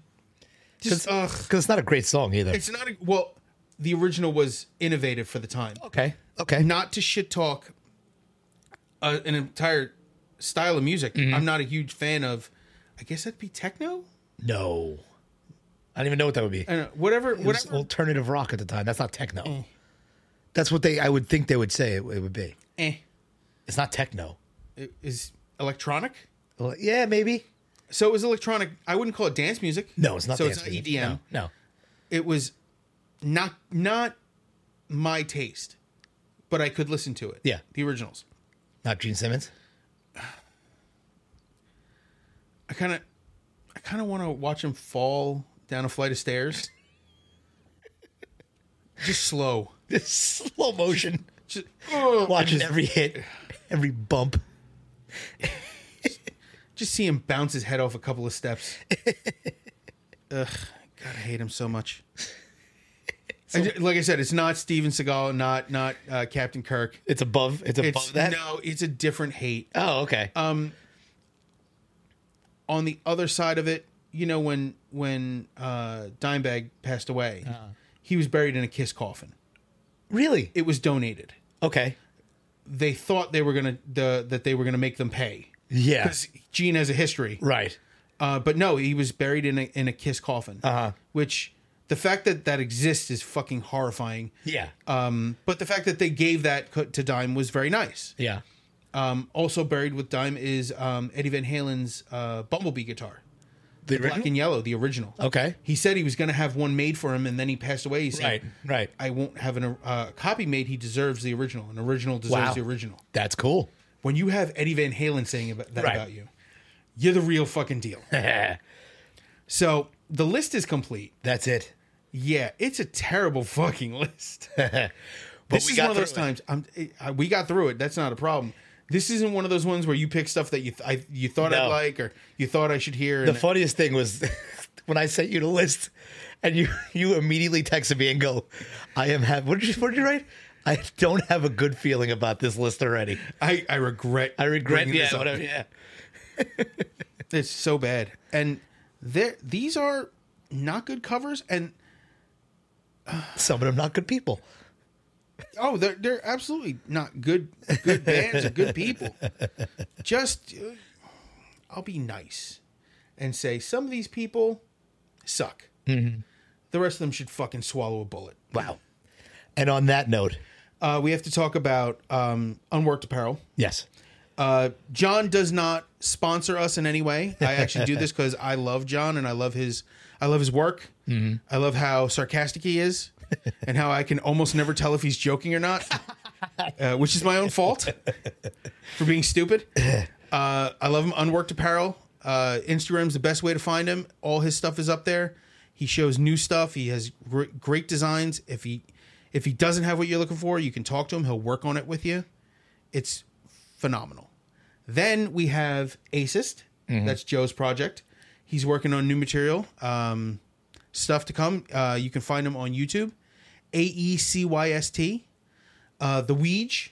B: Just ugh.
A: Because it's not a great song either.
B: It's not a, well. The original was innovative for the time.
A: Okay. Okay.
B: Not to shit talk uh, an entire style of music.
A: Mm-hmm.
B: I'm not a huge fan of. I guess that'd be techno.
A: No. I don't even know what that would be.
B: I don't know, whatever.
A: It was
B: Uh, Whatever. Mm.
A: alternative rock at the time. That's not techno. That's what they I would think they would say it, it would be.
B: eh,
A: It's not techno.
B: it is electronic.
A: Well, yeah, maybe.
B: So it was electronic. I wouldn't call it dance music.
A: No, it's not. E
B: So
A: dance
B: it's not
A: music.
B: EDM.
A: No, no.
B: It was not not my taste, but I could listen to it.
A: Yeah.
B: the originals.
A: not Gene *laughs* Simmons.
B: I kind of, I kind of want to watch him fall down a flight
A: *laughs*
B: of stairs. Just slow.
A: Just slow motion.
B: Just, ugh.
A: Watching
B: Just,
A: every hit, every bump.
B: just see him bounce his head off a couple of steps. Ugh, God, I hate him so much. I ju- like I said, it's not Steven Seagal, not not uh, Captain Kirk.
A: It's above. It's above
B: It's
A: that.
B: no, it's a different hate.
A: Oh, okay.
B: On the other side of it, you know when when uh, Dimebag passed away, he was buried in a kiss coffin.
A: really?
B: It was donated.
A: Okay.
B: They thought they were gonna the that they were gonna make them pay.
A: Yeah.
B: 'Cause Gene has a history,
A: Right.
B: uh, but no, he was buried in a in a kiss coffin.
A: Uh-huh.
B: Which the fact that that exists is fucking horrifying.
A: Yeah.
B: Um, but the fact that they gave that co- to Dime was very nice.
A: yeah.
B: Um, also buried with Dime is um, Eddie Van Halen's uh, Bumblebee guitar,
A: The
B: black and yellow, the original.
A: Okay.
B: He said he was going to have one made for him, and then he passed away. He said,
A: Right. Right.
B: I won't have a uh, copy made. He deserves the original. An original deserves
A: Wow.
B: the original.
A: That's cool. *laughs*
B: When you have Eddie Van Halen saying about that
A: Right.
B: about you, You're the real fucking deal. so the list is complete.
A: That's it.
B: Yeah, it's a terrible *laughs* fucking list.
A: *laughs* But
B: this
A: we
B: is
A: got
B: one of those
A: through it.
B: times. I'm, it, I, we got through it. That's not a problem. This isn't one of those ones where you pick stuff that you th- I, you thought I'd
A: No.
B: like or you thought I should hear.
A: The
B: and-
A: funniest thing was *laughs* when I sent you the list, and you *laughs* you immediately texted me and go, "I am have what did you what did you write? I don't have a good feeling about this list already.
B: I, I regret.
A: I regret
B: bringing this
A: yeah
B: up.
A: whatever yeah
B: It's so bad. And there, these are not good covers. And
A: some of them not good people.
B: oh, they're they're absolutely not good good bands or good people. Just uh, I'll be nice and say some of these people suck. The rest of them should fucking swallow a bullet.
A: Wow. And on that note,
B: Uh, we have to talk about um, unworked apparel.
A: yes,
B: Uh, John does not sponsor us in any way. I actually do this because I love John and I love his I love his work. I love how sarcastic he is and how I can almost never tell if he's joking or not, uh, which is my own fault for being stupid. Uh, I love him. Unworked apparel. Uh, Instagram's the best way to find him. All his stuff is up there. He shows new stuff. He has gr- great designs. If he if he doesn't have what you're looking for, you can talk to him. He'll work on it with you. It's phenomenal. Then we have Acist. That's Joe's project. He's working on new material, um, stuff to come. Uh, you can find him on YouTube. A E C Y S T. Uh, the Weege.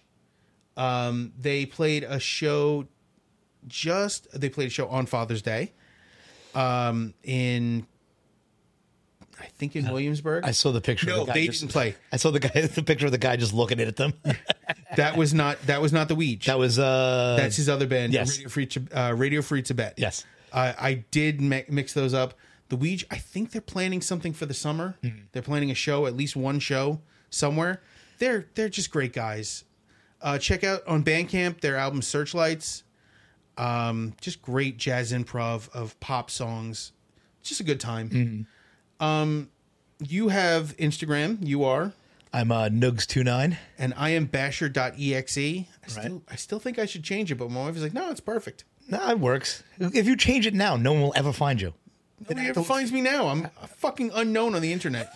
B: Um, they played a show just they played a show on Father's Day. Um, in I think in Williamsburg.
A: I saw the picture.
B: no,
A: of the guy
B: they
A: just-
B: didn't play.
A: I saw the guy *laughs* the picture of the guy just looking at them.
B: That was not that was not the Weege.
A: That was uh
B: That's his other band,
A: Yes.
B: Radio Free Tib- uh, Radio Free Tibet.
A: Yes.
B: I I did mi- mix those up. The Ouija, I think they're planning something for the summer.
A: Hmm.
B: They're planning a show, at least one show somewhere. They're they're just great guys. Uh, check out on Bandcamp their album Searchlights. Um, just great jazz improv of pop songs. Just a good time. Um,
A: Hmm.
B: you have Instagram. You are
A: I'm uh Nugs two nine.
B: and I am basher.exe. E. I still,
A: Right.
B: I still think I should change it, but my wife is like, no, it's perfect.
A: Nah, it works. If you change it now, no one will ever find you.
B: Nobody ever finds me now. I'm fucking unknown on
A: *laughs*
B: the internet.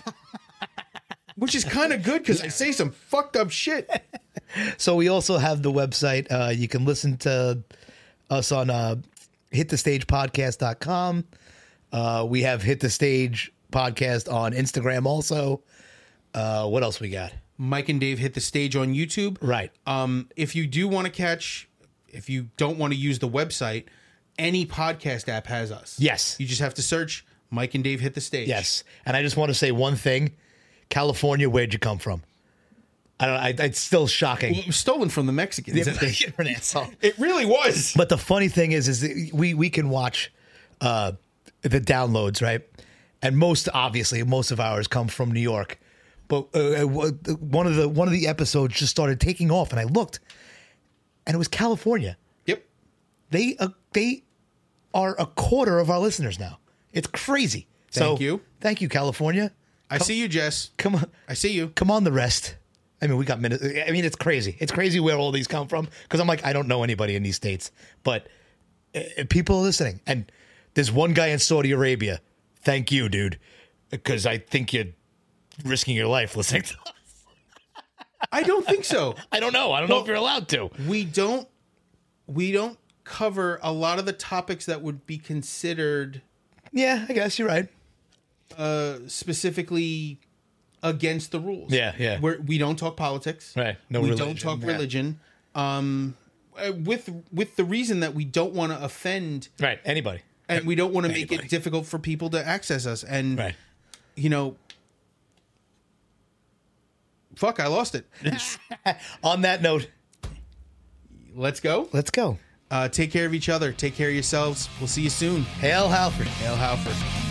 B: Which is kind of good because I say some fucked up shit.
A: So we also have the website. Uh, you can listen to us on uh, hitthestagepodcast.com. Uh, we have Hit the Stage Podcast on Instagram also. Uh, what else we got?
B: Mike and Dave hit the stage on YouTube.
A: Right.
B: Um, if you do want to catch, if you don't want to use the website, any podcast app has us.
A: Yes.
B: You just have to search Mike and Dave hit the stage.
A: Yes. And I just want to say one thing California, where'd you come from? I don't I, It's still shocking.
B: Stolen from the Mexicans.
A: *laughs*
B: *laughs*
A: You're an asshole.
B: It really was.
A: But the funny thing is, is that we we can watch uh, the downloads, right? And most obviously, most of ours come from New York. But uh, uh, one of the one of the episodes just started taking off, and I looked, and it was California.
B: Yep.
A: They uh, they are a quarter of our listeners now. It's crazy.
B: Thank
A: so,
B: you.
A: thank you, California.
B: I see you, Jess.
A: Come on,
B: I see you.
A: come on, the rest. I mean, we got minutes. I mean, it's crazy. It's crazy where all these come from because I'm like, I don't know anybody in these states, but uh, people are listening. And there's one guy in Saudi Arabia. Thank you, dude, because I think you're risking your life listening. To *laughs*
B: I don't think so.
A: I don't know. I don't know if you're allowed to.
B: we don't we don't cover a lot of the topics that would be considered
A: Yeah, I guess you're right.
B: specifically against the rules.
A: Yeah, yeah.
B: We're, we don't talk politics.
A: Right. No
B: we
A: religion.
B: don't talk
A: Yeah.
B: religion. Um, uh, with with the reason that we don't want to offend
A: Right. Anybody.
B: and we don't want to make
A: Anybody.
B: it difficult for people to access us. And
A: Right.
B: you know, fuck, I lost it.
A: On that note,
B: Let's go.
A: let's go.
B: Uh, take care of each other. Take care of yourselves. We'll see you soon.
A: Hail Halford.
B: Al Halford.